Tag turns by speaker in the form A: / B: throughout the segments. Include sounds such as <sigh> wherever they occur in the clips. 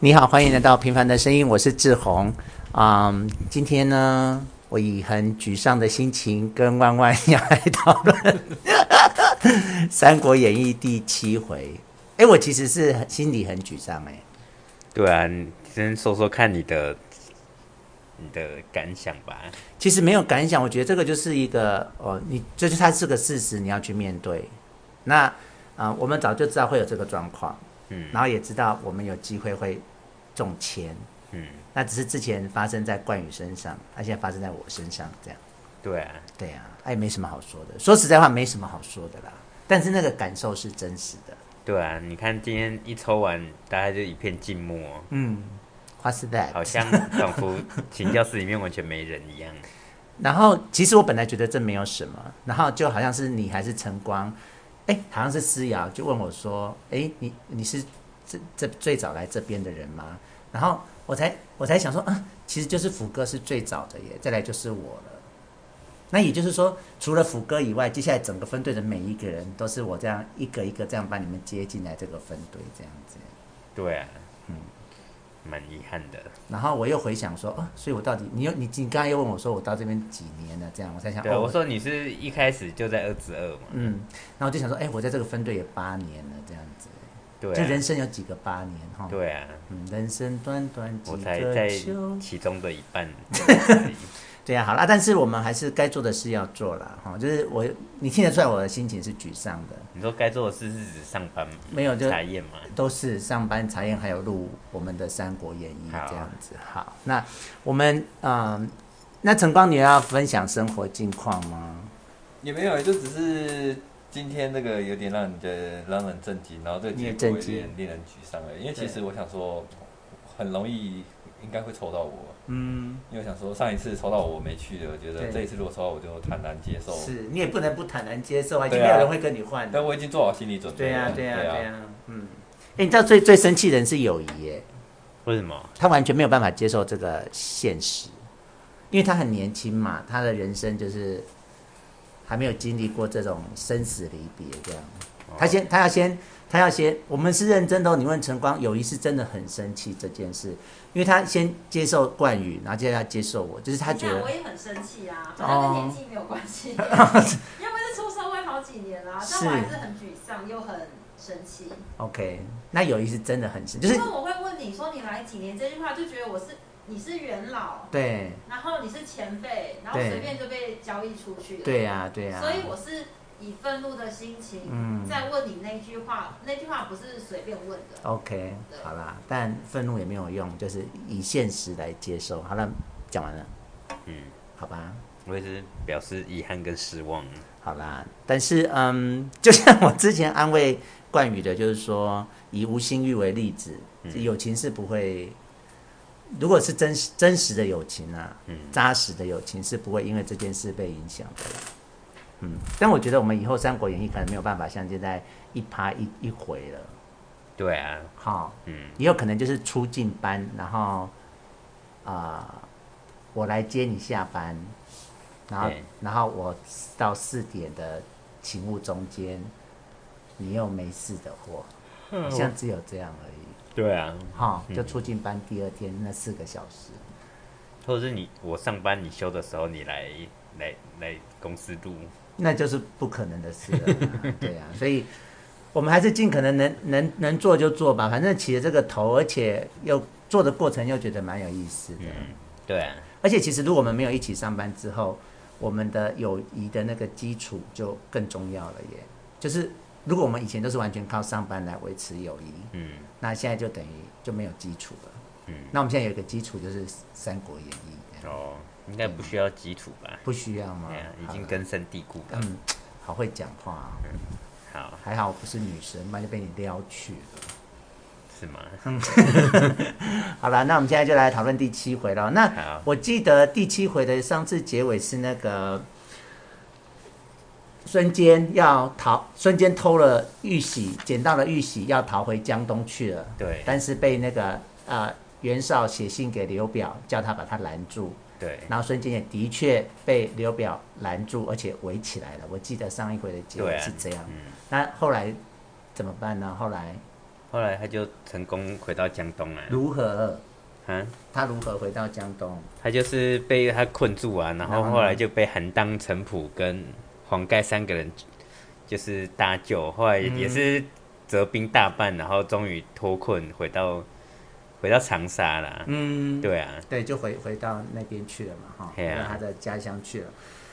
A: 你好，欢迎来到《平凡的声音》，我是志宏。嗯，今天呢，我以很沮丧的心情跟弯弯要来讨论《三国演义》第七回。哎，我其实是很心里很沮丧哎、
B: 对啊，你先说说看你的你的感想吧。
A: 其实没有感想，我觉得这个就是一个哦，你就是它是个事实，你要去面对。那啊、呃我们早就知道会有这个状况，
B: 嗯
A: 然后也知道我们有机会会中签，
B: 嗯，
A: 那只是之前发生在冠宇身上，它现在发生在我身上，这样。
B: 对啊，
A: 对啊，哎，没什么好说的。说实在话，没什么好说的啦。但是那个感受是真实的。
B: 对啊，你看今天一抽完，大家就一片静默，
A: 嗯，What's that？
B: 好像仿佛请教室里面完全没人一样。
A: 然后其实我本来觉得这没有什么，然后就好像是你还是晨光，哎，好像是思瑶就问我说，哎，你你是这这最早来这边的人吗？然后我才我才想说，啊，其实就是福哥是最早的耶，再来就是我了。那也就是说，除了福哥以外，接下来整个分队的每一个人都是我这样一个一个这样把你们接进来这个分队这样子。
B: 对啊，嗯，蛮遗憾的。
A: 然后我又回想说，啊，所以我到底你又你你刚才又问我说我到这边几年了，这样我才想，
B: 对啊，
A: 哦，
B: 我说你是一开始就在二十二嘛？
A: 嗯，然后我就想说，哎，我在这个分队也八年了，这样子，
B: 对
A: 就人
B: 啊，
A: 生有几个八年哈？，
B: 对啊，
A: 嗯，人生短短几
B: 我才
A: 个
B: 在
A: 秋，
B: 其中的一
A: <laughs>
B: 半。
A: 对啊，好啦，但是我们还是该做的事要做啦，哈，就是我你听得出来我的心情是沮丧的，
B: 你说该做的事是指上班吗
A: 没有就
B: 查验吗？
A: 都是上班查验，还有录我们的《三国演义》
B: 好
A: 这样子。好，那我们嗯，那晨光你要分享生活近况吗？
C: 也没有，就只是今天这个有点让人觉得让人震惊，然后这个
A: 你也
C: 结
A: 震
C: 果有
A: 惊
C: 点令人沮丧了。因为其
A: 对
C: 实我想说，很容易应该会抽到我，
A: 嗯，
C: 因为我想说上一次抽到我没去的，我觉
A: 对
C: 得这一次如果抽到我就坦然接受。
A: 是你也不能不坦然接受啊，已经
C: 对
A: 没
C: 啊
A: 有人会跟你换的。
C: 但我已经做好心理准备
A: 对呀、
C: 了。啊
B: 啊
A: 对呀、
C: 呀、
A: 对呀、嗯。哎、你知道最最生气的人是友谊耶，
B: 为什
C: 啊
B: 么？
A: 他完全没有办法接受这个现实，因为他很年轻嘛，他的人生就是还没有经历过这种生死离别这样。
B: 哦
A: 他先，他要先，他要先，我们是认真的、哦。你问晨光，友谊是真的很生气这件事，因为他先接受冠宇，然后接着要接受我，就是他
D: 你
A: 觉
D: 看
A: 得
D: 我也很生气啊，
A: 哦
D: 好像跟年纪没有关
A: <laughs>
D: 系，要不是出社会好几年啦，但我还是很沮丧又很生气。
A: OK，那友谊是真的很生，就是
D: 因为我会问你说你来几年这句话，就觉得我是你是元老，
A: 对
D: 然后你是前辈，然后
A: 对
D: 随便就被交易出去了。
A: 对呀、对呀、
D: 所以我是以愤怒的心情
A: 嗯
D: 在问你那句话，那句话不是随便问的。
A: OK，
D: 对
A: 好啦，但愤怒也没有用，就是以现实来接受。好了，讲完了，
B: 嗯，
A: 好吧，
B: 我也是表示遗憾跟失望。
A: 好啦。但是，嗯， <laughs> 就像我之前安慰冠宇的，就是说，以吴心玉为例子，
B: 嗯
A: 友情是不会，如果是真实真实的友情啊，
B: 嗯
A: 扎实的友情是不会因为这件事被影响的啦。嗯，但我觉得我们以后《三国演义》可能没有办法像现在一趴一一回了，
B: 对啊，
A: 好、
B: 嗯，
A: 也有可能就是出进班，然后啊、我来接你下班，然后
B: 对
A: 然后我到四点的勤务中间，你又没事的货，好像只有这样而已。
B: 对啊，
A: 哈、
B: 嗯
A: 就出进班第二天那四个小时，
B: 或者是你我上班你休的时候，你来来来公司录，
A: 那就是不可能的事了啦。对啊，所以我们还是尽可能能能能做就做吧，反正起了这个头，而且又做的过程又觉得蛮有意思的。
B: 嗯，对啊，
A: 而且其实如果我们没有一起上班之后，我们的友谊的那个基础就更重要了耶。就是如果我们以前都是完全靠上班来维持友谊，
B: 嗯
A: 那现在就等于就没有基础了。
B: 嗯，
A: 那我们现在有一个基础就是《三国演义》这样，
B: 哦，应该不需要基础吧？
A: 不需要吗
B: 哎呀，？已经
A: 好
B: 根深蒂固了。
A: 嗯，好会讲话哦、
B: 好，
A: 还好我不是女生，不然就被你撩去了。
B: 是吗？
A: 嗯好了，那我们现在就来讨论第七回了。那
B: 好
A: 我记得第七回的上次结尾是那个孙坚要逃，孙坚偷了玉玺，捡到了玉玺，要逃回江东去了，
B: 对
A: 但是被那个呃袁绍写信给刘表，叫他把他拦住。
B: 对
A: 然后孙坚也的确被刘表拦住，而且围起来了。我记得上一回的结
B: 对
A: 尾
B: 啊
A: 是这样。
B: 嗯，
A: 那后来怎么办呢？后来
B: 后来他就成功回到江东来了
A: 如何？
B: 啊，
A: 他如何回到江东？
B: 他就是被他困住啊，然
A: 然
B: 后
A: 后呢
B: 后来就被韩当、陈普跟黄盖三个人就是搭救，后来也是
A: 嗯
B: 折兵大半，然后终于脱困回到回到长沙啦。
A: 嗯，
B: 对啊，
A: 对，就回回到那边去了嘛，哈，
B: 嘿啊
A: 回到他的家乡去了。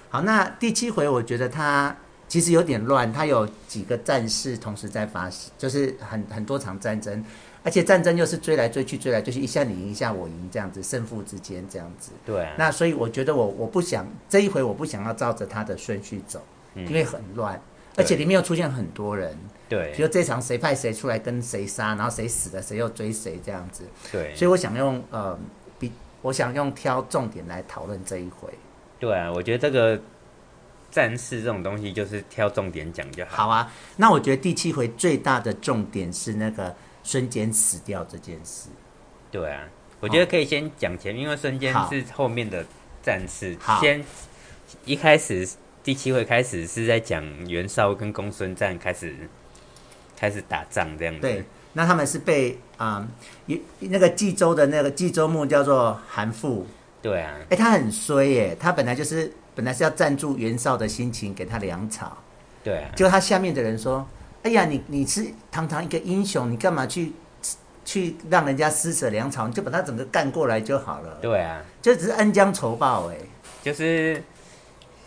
A: 好，那第七回我觉得他其实有点乱，他有几个战事同时在发生，就是很很多场战争，而且战争又是追来追去，追来追去，一下你赢一下我赢这样子，胜负之间这样子。
B: 对啊，
A: 那所以我觉得我我不想这一回我不想要照着他的顺序走，
B: 嗯
A: 因为很乱，而且里面又出现很多人，比
B: 对
A: 如这场谁派谁出来跟谁杀，然后谁死了谁又追谁这样子。
B: 对
A: 所以我想用呃，比我想用挑重点来讨论这一回。
B: 对啊，我觉得这个战事这种东西就是挑重点讲就好。
A: 好啊，那我觉得第七回最大的重点是那个孙坚死掉这件事。
B: 对啊，我觉得可以先讲前面，因为孙坚
A: 好
B: 是后面的战士
A: 好，
B: 先一开始第七回开始是在讲袁绍跟公孙瓒开始开始打仗这样子。
A: 对，那他们是被啊、一那个冀州的那个冀州牧叫做韩馥，
B: 对啊，
A: 哎，他很衰耶，他本来就是本来是要赞助袁绍的心情，给他粮草，
B: 对啊，
A: 结果他下面的人说：“哎呀，你你是堂堂一个英雄，你干嘛去去让人家施舍粮草？你就把他整个干过来就好了。”
B: 对啊，
A: 就只是恩将仇报哎、
B: 就是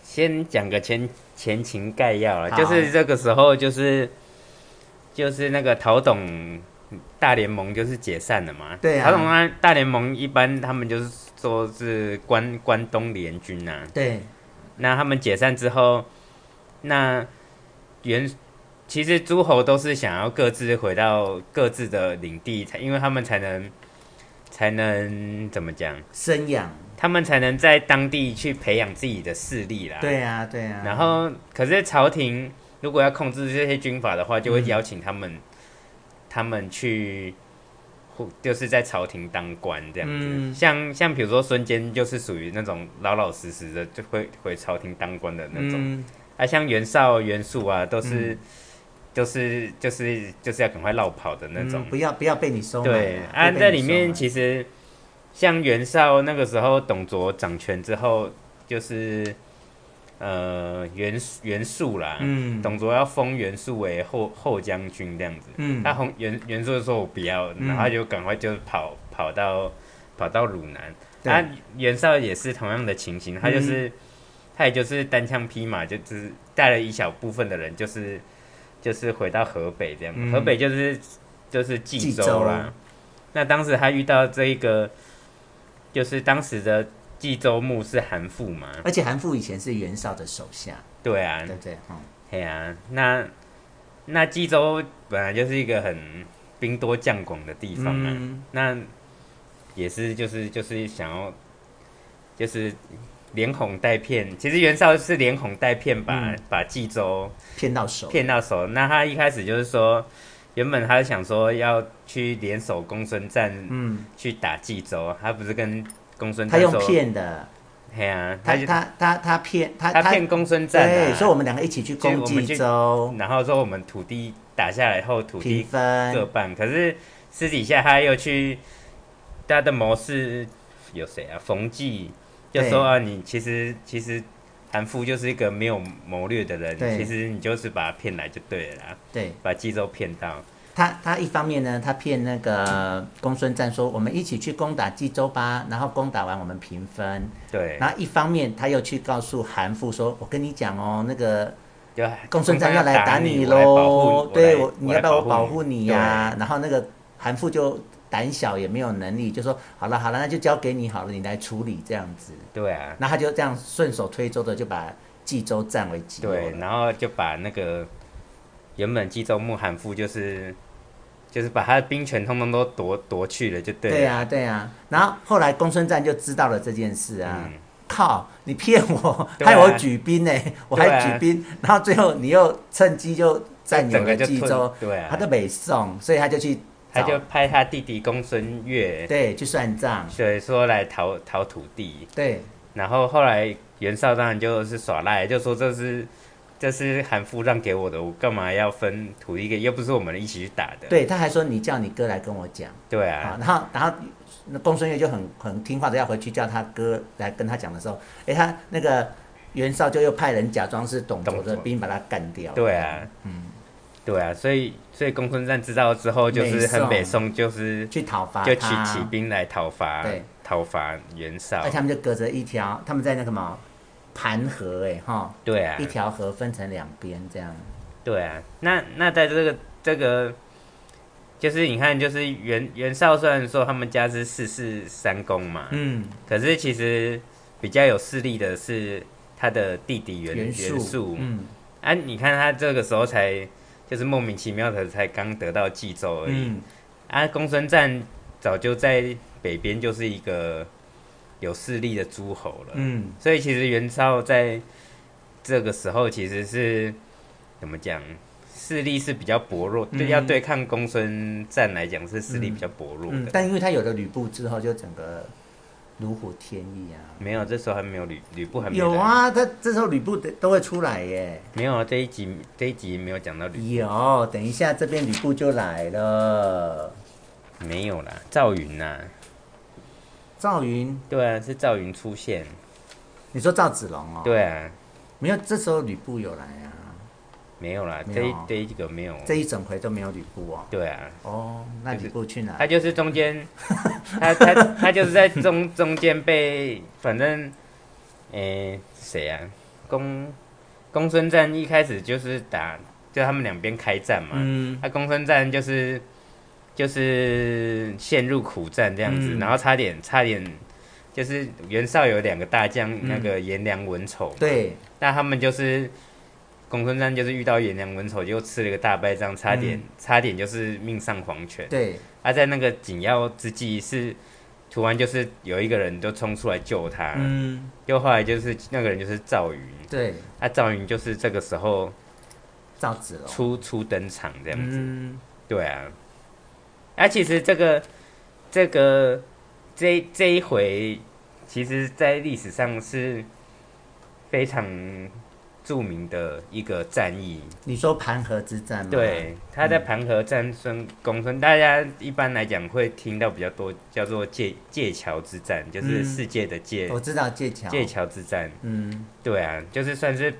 B: 先讲个前前情概要了，
A: 好
B: 就是这个时候就是就是那个陶董大联盟就是解散了嘛。
A: 对啊
B: 陶董大大联盟一般他们就是说是关关东联军呐、
A: 对，
B: 那他们解散之后，那原其实诸侯都是想要各自回到各自的领地，才因为他们才能才能怎么讲，
A: 生养，
B: 他们才能在当地去培养自己的势力啦。。
A: 对啊，对啊。
B: 然后，可是朝廷如果要控制这些军阀的话，就会邀请他
A: 嗯
B: 们，他们去，或就是在朝廷当官这样子。
A: 嗯
B: 像像比如说孙坚就是属于那种老老实实的，就会回朝廷当官的那种。
A: 嗯，
B: 啊，像袁绍、袁术啊，都是、都是就是就是要赶快绕跑的那种。
A: 嗯不要不要被你收买
B: 对
A: 啊，
B: 啊，在里面
A: 实
B: 其实像袁绍那个时候，董卓掌权之后，就是呃袁袁术啦，
A: 嗯
B: 董卓要封袁术为后后将军这样子，
A: 嗯
B: 他红袁袁术说我不要，
A: 嗯
B: 然后他就赶快就跑跑到跑到汝南，
A: 对嗯
B: 啊，袁绍也是同样的情形，他就是、他也就是单枪匹马，就只是带了一小部分的人，就是就是回到河北这样，
A: 嗯
B: 河北就是就是冀州
A: 冀州
B: 啦。那当时他遇到这一个，就是当时的冀州牧是韩馥嘛，
A: 而且韩馥以前是袁绍的手下，
B: 对啊，
A: 对不哦对？哈、
B: 嘿啊，那那冀州本来就是一个很兵多将广的地方啊，
A: 嗯
B: 那也是就是就是想要就是连哄带骗，其实袁绍是连哄带骗把、
A: 嗯
B: 把冀州
A: 骗到手，
B: 骗到手。那他一开始就是说，原本他想说要去联手公孙瓒
A: 嗯，
B: 去打冀州，他不是跟公孙
A: 他
B: 瓒
A: 用
B: 说，
A: 骗的，
B: 嘿啊，
A: 他
B: 嗯就
A: 他他他骗他
B: 他骗公孙瓒、啊
A: 对，，所以我们两个一起去攻
B: 所以我们
A: 济
B: 去
A: 州，
B: 然后说我们土地打下来后，土
A: 平
B: 地各
A: 分，
B: 半。可是私底下他又去他的谋士有谁啊？冯骥就说啊，你其实其实韩馥就是一个没有谋略的人，
A: 对
B: 其实你就是把他骗来就对了啦，
A: 对
B: 把冀州骗到。
A: 他他一方面呢，他骗那个公孙瓒说我们一起去攻打冀州吧，然后攻打完我们平分，
B: 对，
A: 然后一方面他又去告诉韩馥说，我跟你讲哦，那个
B: 就
A: 公孙瓒要来打你
B: 你我来保
A: 喽
B: 护，
A: 对
B: 我
A: 我
B: 来，
A: 你要不要我保护
B: 你
A: 你呀、然后那个韩馥就胆小也没有能力，就说好了好了，那就交给你好了，你来处理这样子。
B: 对对啊，
A: 那他就这样顺手推舟的就把冀州占为己有
B: 对，
A: 了。
B: 然后就把那个原本冀州牧韩馥就是。就是把他的兵权通通都夺夺去了，就对了。
A: 对啊，对啊，然后后来公孙瓒就知道了这件事啊，
B: 嗯
A: 靠，你骗我，
B: <laughs> 对啊
A: 害我举兵呢、我
B: 对
A: 还
B: 啊
A: 举兵，然后最后你又趁机就占有
B: 整
A: 了
B: 个就
A: 冀
B: 吞
A: 州，
B: 对啊
A: 他就北宋，所以他就去
B: 他
A: 找
B: 就派他弟弟公孙越，
A: 对去算账，
B: 所以说来讨讨土地。
A: 对
B: 然后后来袁绍当然就是耍赖，就说这是这是韩夫让给我的，我干嘛要分土地给？又不是我们一起去打的。
A: 对，他还说你叫你哥来跟我讲，
B: 对
A: 啊，
B: 啊，
A: 然后然后那公孙越就很很听话的要回去叫他哥来跟他讲的时候，哎，他那个袁绍就又派人假装是董卓
B: 董卓
A: 的兵把他干掉。
B: 对，啊，
A: 嗯，
B: 对啊，所以所以公孙瓒知道之后，就
A: 北
B: 是
A: 宋
B: 很北宋，就是
A: 去讨伐
B: 就起
A: 他
B: 起兵来讨伐
A: 对，
B: 讨伐袁绍
A: 而且。他们就隔着一条，他们在那个什么盘河哎哈，
B: 对啊
A: 一，条河分成两边这样。
B: 对啊。那那在这个这个，就是你看，就是袁袁绍虽然说他们家是四世三公嘛，
A: 嗯，
B: 可是其实比较有势力的是他的弟弟袁
A: 元
B: 袁术
A: 素，。嗯，
B: 啊，你看他这个时候才就是莫名其妙的才刚得到冀州而已。
A: 嗯，
B: 啊，公孙瓒早就在北边就是一个有势力的诸侯了。
A: 嗯，
B: 所以其实袁绍在这个时候其实是怎么讲，势力是比较薄弱，对，
A: 嗯
B: 要对抗公孙瓒来讲是势力
A: 嗯
B: 比较薄弱
A: 嗯
B: 的。
A: 但因为他有了吕布之后，就整个如虎添翼啊。
B: 没有，这时候还没有吕吕布还没
A: 有
B: 来，
A: 啊，他这时候吕布的都会出来耶。
B: 没有啊这一集这一集没有讲到吕，
A: 有，等一下这边吕布就来了。
B: 没有啦，赵云呐、
A: 赵云，
B: 对啊，是赵云出现，
A: 你说赵子龙哦？，
B: 对哦啊，
A: 没有，这时候吕布有来啊，
B: 没有啦，
A: 没
B: 这一
A: 有啊
B: 这一个没有，
A: 这一整回都没有吕布哦。
B: 对啊，
A: 哦，那吕布去哪
B: 他？就是中间， <laughs> 他他他就是
A: <laughs>
B: 在中中间被，反正，诶、谁啊？公公孙瓒一开始就是打，就他们两边开战嘛。啊
A: 嗯，
B: 他公孙瓒就是就是陷入苦战这样子，
A: 嗯
B: 然后差点差点就是袁绍有两个大将，
A: 嗯
B: 那个颜良、文丑，，
A: 对，
B: 那他们就是公孙瓒就是遇到颜良、文丑，就吃了个大败仗，差点、
A: 嗯
B: 差点就是命丧黄泉。
A: 对，
B: 他啊在那个紧要之际是，突然就是有一个人就冲出来救他，
A: 嗯，
B: 又后来就是那个人就是赵云，
A: 对，
B: 啊，赵云就是这个时候
A: 赵子龙。
B: 初初登场这样子，
A: 哦嗯，
B: 对啊，啊，其实这个这个这这一回，其实在历史上是非常著名的一个战役，
A: 你说盘河之战吗？
B: 对，他在盘河战孙公孙，大家一般来讲会听到比较多，叫做界界桥之战，就是
A: 嗯
B: 世界的界、
A: 我知道界桥。
B: 界桥之战。
A: 嗯，
B: 对啊，就是算是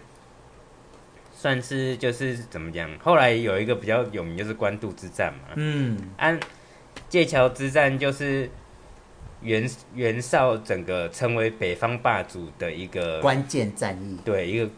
B: 算是就是怎么讲？后来有一个比较有名就是官渡之战嘛。
A: 嗯，
B: 安、界桥之战就是袁袁绍整个成为北方霸主的一个
A: 关键战役。
B: 对一个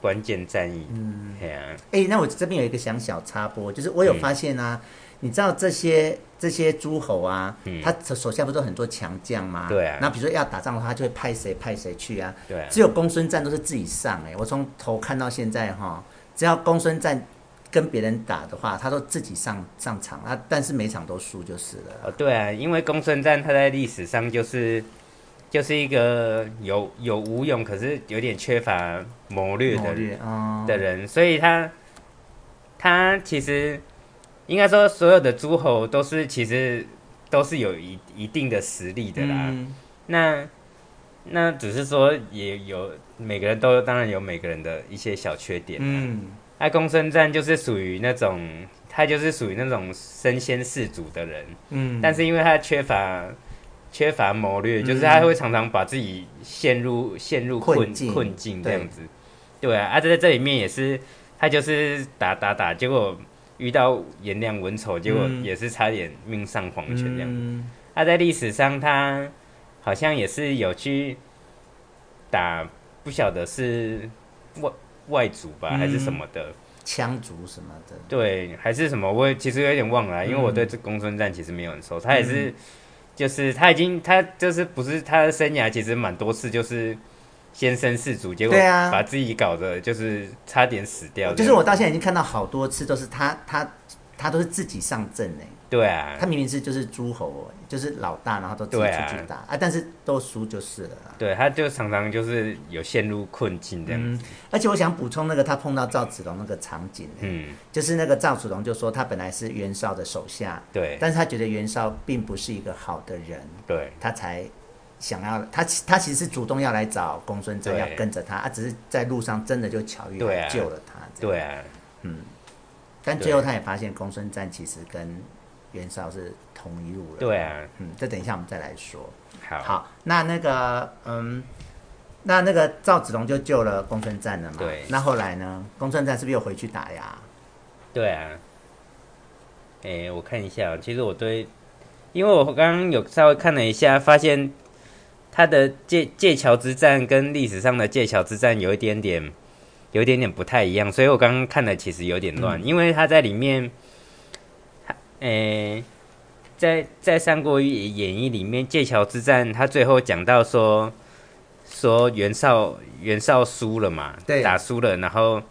B: 关键战役。
A: 嗯，
B: 对啊，
A: 哎、那我这边有一个想小插播，就是我有
B: 嗯
A: 发现啊，你知道这些这些诸侯啊，
B: 嗯
A: 他手手下不是有很多强将吗？
B: 对啊
A: 那比如说要打仗的话，他就会派谁派谁去啊。
B: 对啊，
A: 只有公孙瓒都是自己上、哎，我从头看到现在哈，只要公孙瓒跟别人打的话，他都自己上上场啊，但是每场都输就是了。
B: 哦，对啊，因为公孙瓒他在历史上就是就是一个有有武勇，可是有点缺乏谋略的
A: 谋
B: 人
A: 略，嗯，
B: 的人，所以他他其实应该说所有的诸侯都是其实都是有一一定的实力的啦。
A: 嗯
B: 那那只是说也有每个人都当然有每个人的一些小缺点啦。
A: 嗯，
B: 那公孙瓒就是属于那种他就是属于那种身先士卒的人。
A: 嗯
B: 但是因为他缺乏缺乏谋略，就是他会常常把自己陷入陷入困
A: 困境
B: 困境这样子。对啊，啊，在这里面也是，他就是打打打，结果遇到颜良、文丑，结果
A: 嗯
B: 也是差点命丧黄泉这样子。
A: 嗯
B: 他、在历史上，他好像也是有去打，不晓得是外外族吧，
A: 嗯
B: 还是什么的。
A: 羌族什么的，
B: 对，还是什么？我也其实有点忘了啊，因为我
A: 嗯
B: 对这公孙瓒其实没有很熟。他也是，就是他已经他就是不是他的生涯其实蛮多次就是先身士卒，结果
A: 对啊
B: 把自己搞得就是差点死掉。
A: 就是我到现在已经看到好多次，都是他他他都是自己上阵哎、
B: 对啊
A: 他，明明是就是诸侯，就是老大，然后都自己
B: 对啊
A: 出去打啊但是都输就是了啦。
B: 对，他就常常就是有陷入困境这样子。
A: 嗯，而且我想补充那个他碰到赵子龙那个场景、
B: 嗯，
A: 就是那个赵子龙就说他本来是袁绍的手下，
B: 对
A: 但是他觉得袁绍并不是一个好的人，
B: 对
A: 他才想要他其他其实是主动要来找公孙真，
B: 对
A: 要跟着他，啊，只是在路上真的就巧遇
B: 对
A: 他
B: 啊
A: 救了他，这样
B: 对啊，
A: 嗯，但最后他也发现公孙瓒其实跟袁绍是同一路人，
B: 对，啊，
A: 嗯，这等一下我们再来说。
B: 好，
A: 好，那那个嗯，那那个赵子龙就救了公孙瓒了嘛，
B: 对
A: 那后来呢，公孙瓒是不是又回去打呀？
B: 对啊。诶，我看一下哦，其实我对，因为我刚刚有稍微看了一下，发现他的界界桥之战跟历史上的界桥之战有一点点，有一点点不太一样，所以我刚刚看的其实有点乱，因为他在里面，他诶，在在《三国演义》里面，界桥之战他最后讲到说，说袁绍袁绍输了嘛，
A: 对
B: 打输了，然后。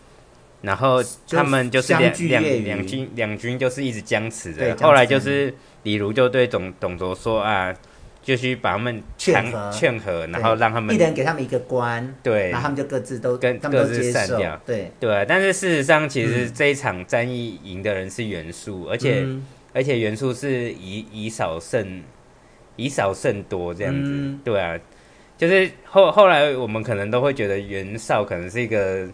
B: 然后
A: 就
B: 他们就是
A: 相
B: 两
A: 距
B: 两
A: 业余
B: 两军两军就是一直僵持
A: 对
B: 的，
A: 僵持
B: 后来就是李儒就对董董卓说啊，就去把他们
A: 劝
B: 谈
A: 和
B: 劝和，然
A: 对
B: 后让他
A: 一
B: 们
A: 人给他们一个官，
B: 对
A: 然后他们就各自都
B: 跟
A: 他们都
B: 各自
A: 接
B: 散
A: 受
B: 掉，
A: 对，
B: 对啊，但是事实上，其
A: 嗯
B: 实这一场战役赢的人是袁术，而
A: 而
B: 且、而且袁术是以以少胜以少胜多这样子，
A: 嗯
B: 对啊，就是后后来我们可能都会觉得袁绍可能是一个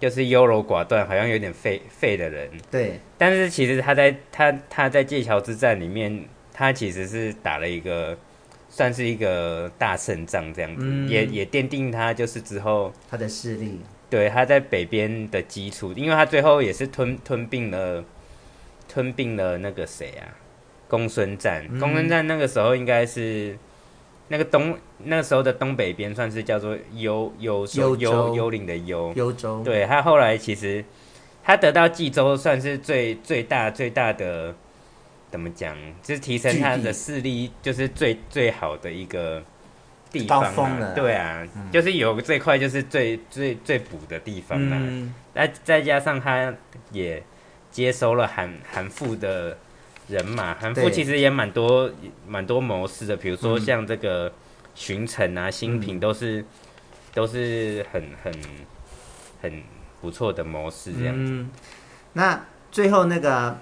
B: 就是优柔寡断，好像有点废废的人，
A: 对
B: 但是其实他在他他在界桥之战里面，他其实是打了一个算是一个大胜仗这样子，
A: 嗯
B: 也也奠定他就是之后
A: 他的势力，
B: 对他在北边的基础，因为他最后也是吞吞并了吞并了那个谁啊，公孙瓒。
A: 嗯
B: 公孙瓒那个时候应该是那个东那个时候的东北边算是叫做幽幽
A: 幽
B: 幽
A: 州
B: 幽幽灵的幽，
A: 幽州，
B: 嗯对他后来其实他得到冀州算是最最大最大的怎么讲，就是提升他
A: 据地
B: 的势力，就是最最好的一个地方、
A: 高峰
B: 啊
A: 了。嗯
B: 对啊，就是有这块就是最最最补的地方啊。
A: 嗯，
B: 那再加上他也接收了韩韩复的人马，韩复
A: 对嗯
B: 其实也蛮多蛮多谋士的，比如说像这个荀城啊、辛平都是、都是很很很不错的谋士这样。
A: 嗯，那最后那个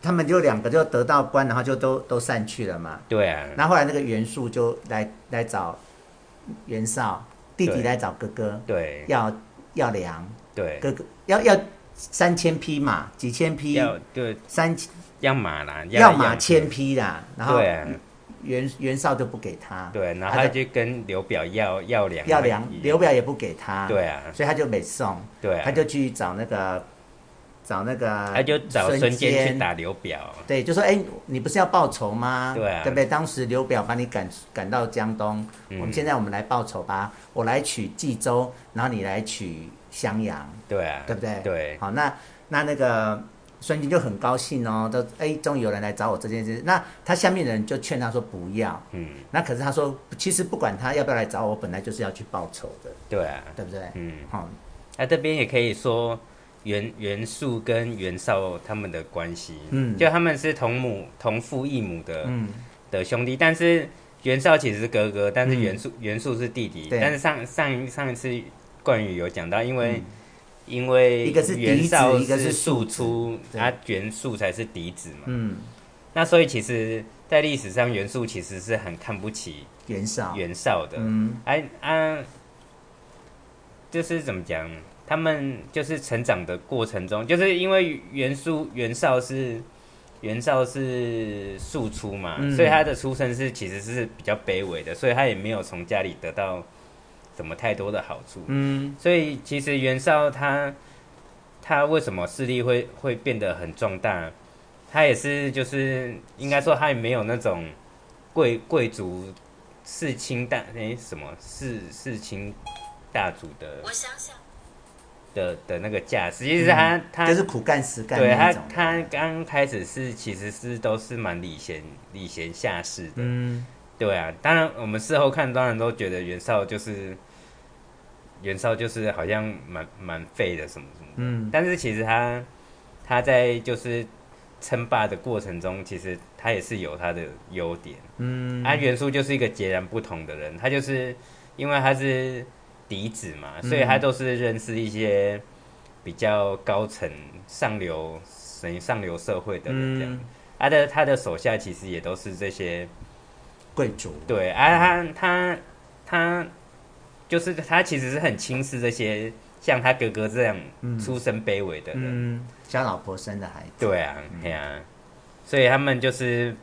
A: 他们就两个就得到官，然后就都都散去了嘛。
B: 对啊，
A: 那后来那个袁术就来来找袁绍，弟弟
B: 对
A: 来找哥哥，
B: 对哎
A: 要要粮，
B: 对，
A: 哥哥要要三千匹马，几千匹，
B: 要对
A: 三千
B: 要马啦，
A: 要
B: 马
A: 马千匹啦。然后
B: 对啊
A: 袁袁绍就不给他，
B: 对，啊然后
A: 他
B: 他
A: 就
B: 就跟刘表要要粮，
A: 要粮，刘表也不给他，
B: 对啊
A: 所以他就没送，
B: 对啊，
A: 他就去找那个找那个，
B: 他就找孙坚去打刘表，
A: 对，就说：“哎、你不是要报仇吗？
B: 对啊
A: 不对？当时刘表把你赶赶到江东，
B: 嗯
A: 我们现在我们来报仇吧。我来取冀州，然后你来取襄阳，
B: 对啊，
A: 对不对？
B: 对
A: 好，那那那个孙坚就很高兴哦，都哎，终于有人来找我这件事。那他下面的人就劝他说不要，
B: 嗯
A: 那可是他说，其实不管他要不要来找我，我本来就是要去报仇的，
B: 对啊，
A: 对不对？
B: 嗯。
A: 好、
B: 那这边也可以说袁袁术跟袁绍他们的关系，
A: 嗯
B: 就呃他们是同母同父异母的、
A: 嗯，
B: 的兄弟，但是袁绍其实是哥哥，但是
A: 嗯
B: 袁术、袁术是弟弟，
A: 对
B: 但是上上一上一次冠宇有讲到，因为、因
A: 嗯
B: 为
A: 一个是嫡子
B: 袁绍
A: 一个是庶
B: 庶
A: 子
B: 出，
A: 对
B: 他袁术才是嫡子嘛，
A: 嗯，
B: 那所以其实，在历史上袁术其实是很看不起
A: 袁绍，
B: 袁绍的，
A: 嗯，
B: 哎啊，就是怎么讲？他们就是成长的过程中，就是因为袁术袁绍是袁绍是庶出嘛，
A: 嗯
B: 所以他的出身是其实是比较卑微的，所以他也没有从家里得到什么太多的好处。
A: 嗯，
B: 所以其实袁绍他他为什么势力会会变得很壮大？他也是就是应该说他也没有那种贵贵族世卿大诶、什么世世卿大族的
D: 我想想，
B: 的的那个架势，其实他、
A: 嗯
B: 他
A: 就是苦干实干
B: 对
A: 那
B: 他
A: 种人
B: 他刚开始是其实是都是蛮礼贤礼贤下士的，
A: 嗯，
B: 对啊，当然我们事后看，当然都觉得袁绍就是袁绍就是好像蛮蛮废的什么什么，
A: 嗯，
B: 但是其实他他在就是称霸的过程中，其实他也是有他的优点。
A: 嗯，
B: 啊，袁术就是一个截然不同的人，他就是因为他是嫡子嘛，
A: 嗯
B: 所以他都是认识一些比较高层、上流、等于上流社会的人这样。啊
A: 嗯
B: 他的他的手下其实也都是这些
A: 贵族，
B: 对啊，他他他就是他其实是很轻视这些像他哥哥这样
A: 嗯
B: 出身卑微的人，
A: 嗯，像老婆生的孩子，
B: 对啊，对啊，所以他们就是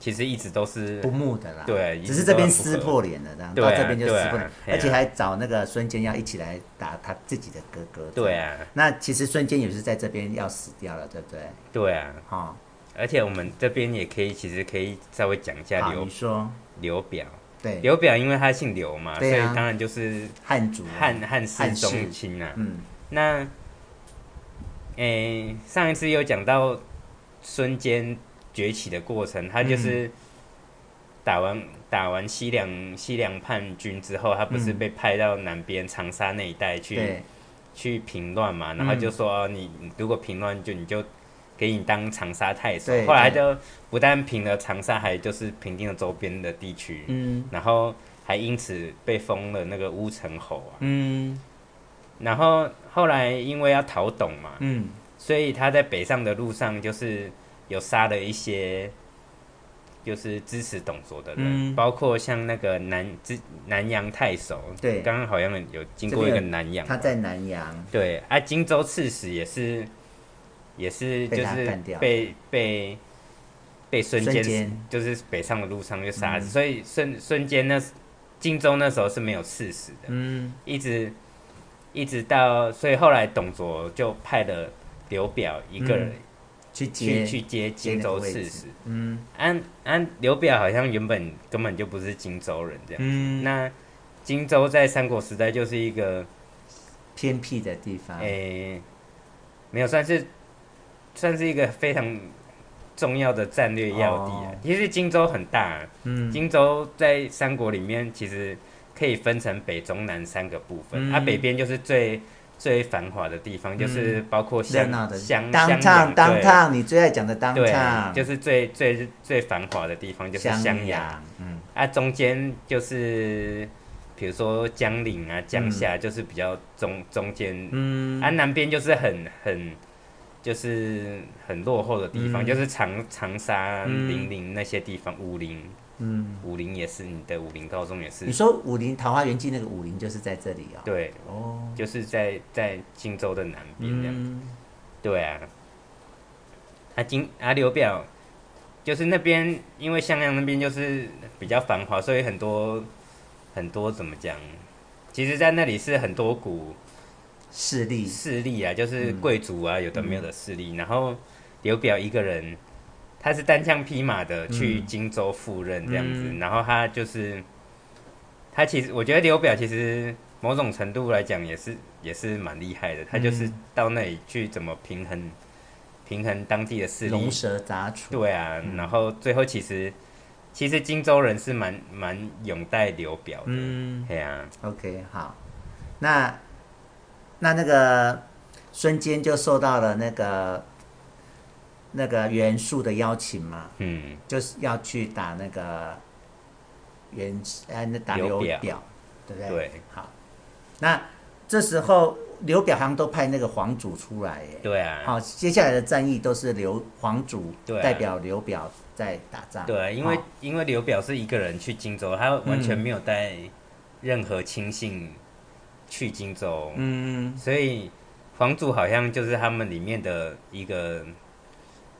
B: 其实一直都是
A: 不睦的啦，
B: 对
A: 只是这边撕破脸了，这样
B: 对
A: 到
B: 啊
A: 这边就撕破
B: 对
A: 脸
B: 啊，对啊
A: 而且还找那个孙坚要一起来打他自己的哥哥，
B: 对，啊，
A: 那其实孙坚也是在这边要死掉了，对不对？
B: 对啊，
A: 哈，
B: 而且我们这边也可以，其实可以稍微讲一下
A: 好，
B: 刘
A: 你说
B: 刘表，
A: 对，
B: 刘表因为他姓刘嘛，所
A: 对
B: 以
A: 啊
B: 当然就是
A: 汉族，
B: 汉，汉室
A: 汉室
B: 宗亲啊。
A: 嗯，
B: 那，诶、上一次有讲到孙坚崛起的过程，他
A: 嗯
B: 就是打完、打完西凉西凉叛军之后，他不是
A: 嗯
B: 被派到南边长沙那一带去、
A: 对，嗯
B: 去平乱嘛，然后就说、哦你你如果平乱就你就给你当长沙太守
A: 对，
B: 后来
A: 对
B: 就不但平了长沙，还就是平定了周边的地区，
A: 嗯
B: 然后还因此被封了那个乌程侯啊。
A: 嗯
B: 然后后来因为要讨董嘛，
A: 嗯，
B: 所以他在北上的路上就是有杀了一些，就是支持董卓的人，
A: 嗯
B: 包括像那个南之南阳太守，
A: 对
B: 刚刚好像有经过一个南阳吧，
A: 他在南阳，
B: 对啊，荆州刺史也是也是就
A: 被他
B: 是
A: 干掉
B: 被被被孙
A: 孙
B: 坚
A: 坚嗯
B: 就是北上的路上就杀死，所以孙孙坚那时荆州那时候是没有刺史的，
A: 嗯
B: 一直一直到，所以后来董卓就派了刘表一个人
A: 去
B: 去、
A: 接
B: 去接荆州刺
A: 接那个位
B: 史。
A: 嗯
B: 按按刘表好像原本根本就不是荆州人这样。
A: 嗯，
B: 那荆州在三国时代就是一个
A: 偏僻的地方，
B: 诶、没有算是算是一个非常重要的战略要地啊。
A: 哦
B: 其实荆州很大、啊
A: 嗯
B: 荆州在三国里面其实可以分成北、中、南三个部
A: 嗯
B: 分，它、北边就是最最繁华的地方，就是包括
A: 热
B: 襄
A: 闹的
B: 襄
A: 当
B: 襄阳
A: 唱当
B: 对
A: 唱，你最爱讲的当
B: 对，
A: 唱，
B: 就是最最最繁华的地方就是襄
A: 襄
B: 阳，
A: 阳，嗯
B: 啊，中间就是比如说江陵啊、江夏，就是比较中中间，
A: 嗯
B: 啊，南边就是很很。就是很落后的地方，
A: 嗯
B: 就是长长沙、
A: 嗯
B: 零陵那些地方，武陵，
A: 嗯。
B: 武陵也是你的武陵高中也是
A: 你，说武林《桃花源记》那个武林就是在这里哦。，
B: 对，
A: 哦，
B: 就是在在荆州的南边这样，
A: 嗯
B: 对啊。啊荆啊刘表，就是那边因为襄阳那边就是比较繁华，所以很多很多怎么讲，其实在那里是很多股
A: 势力，
B: 势力
A: 嗯
B: 啊，就是贵族啊，有的没有的势力。然后刘表一个人，他是单枪匹马的去荆州赴任这样子，
A: 嗯
B: 然后他就是他其实我觉得刘表其实某种程度来讲也是也是蛮厉害的，他就是
A: 嗯
B: 到那里去怎么平衡平衡当地的势力
A: 龙，蛇杂处。
B: 对啊，
A: 嗯
B: 然后最后其实其实荆州人是蛮蛮拥戴刘表的，
A: 嗯
B: 对啊，
A: ，OK，好，那那那个孙坚就受到了那个那个袁术的邀请嘛，
B: 嗯，
A: 就是要去打那个袁呃那打
B: 刘
A: 刘
B: 表
A: 表，对不对？
B: 对，
A: 好，那这时候刘表好像都派那个黄祖出来耶。
B: 对啊，
A: 好，接下来的战役都是刘皇祖
B: 对啊
A: 代表刘表在打仗。
B: 对啊，因为
A: 好
B: 因为刘表是一个人去荆州，他完全没有带任何亲信去荆州，
A: 嗯
B: 所以皇祖好像就是他们里面的一个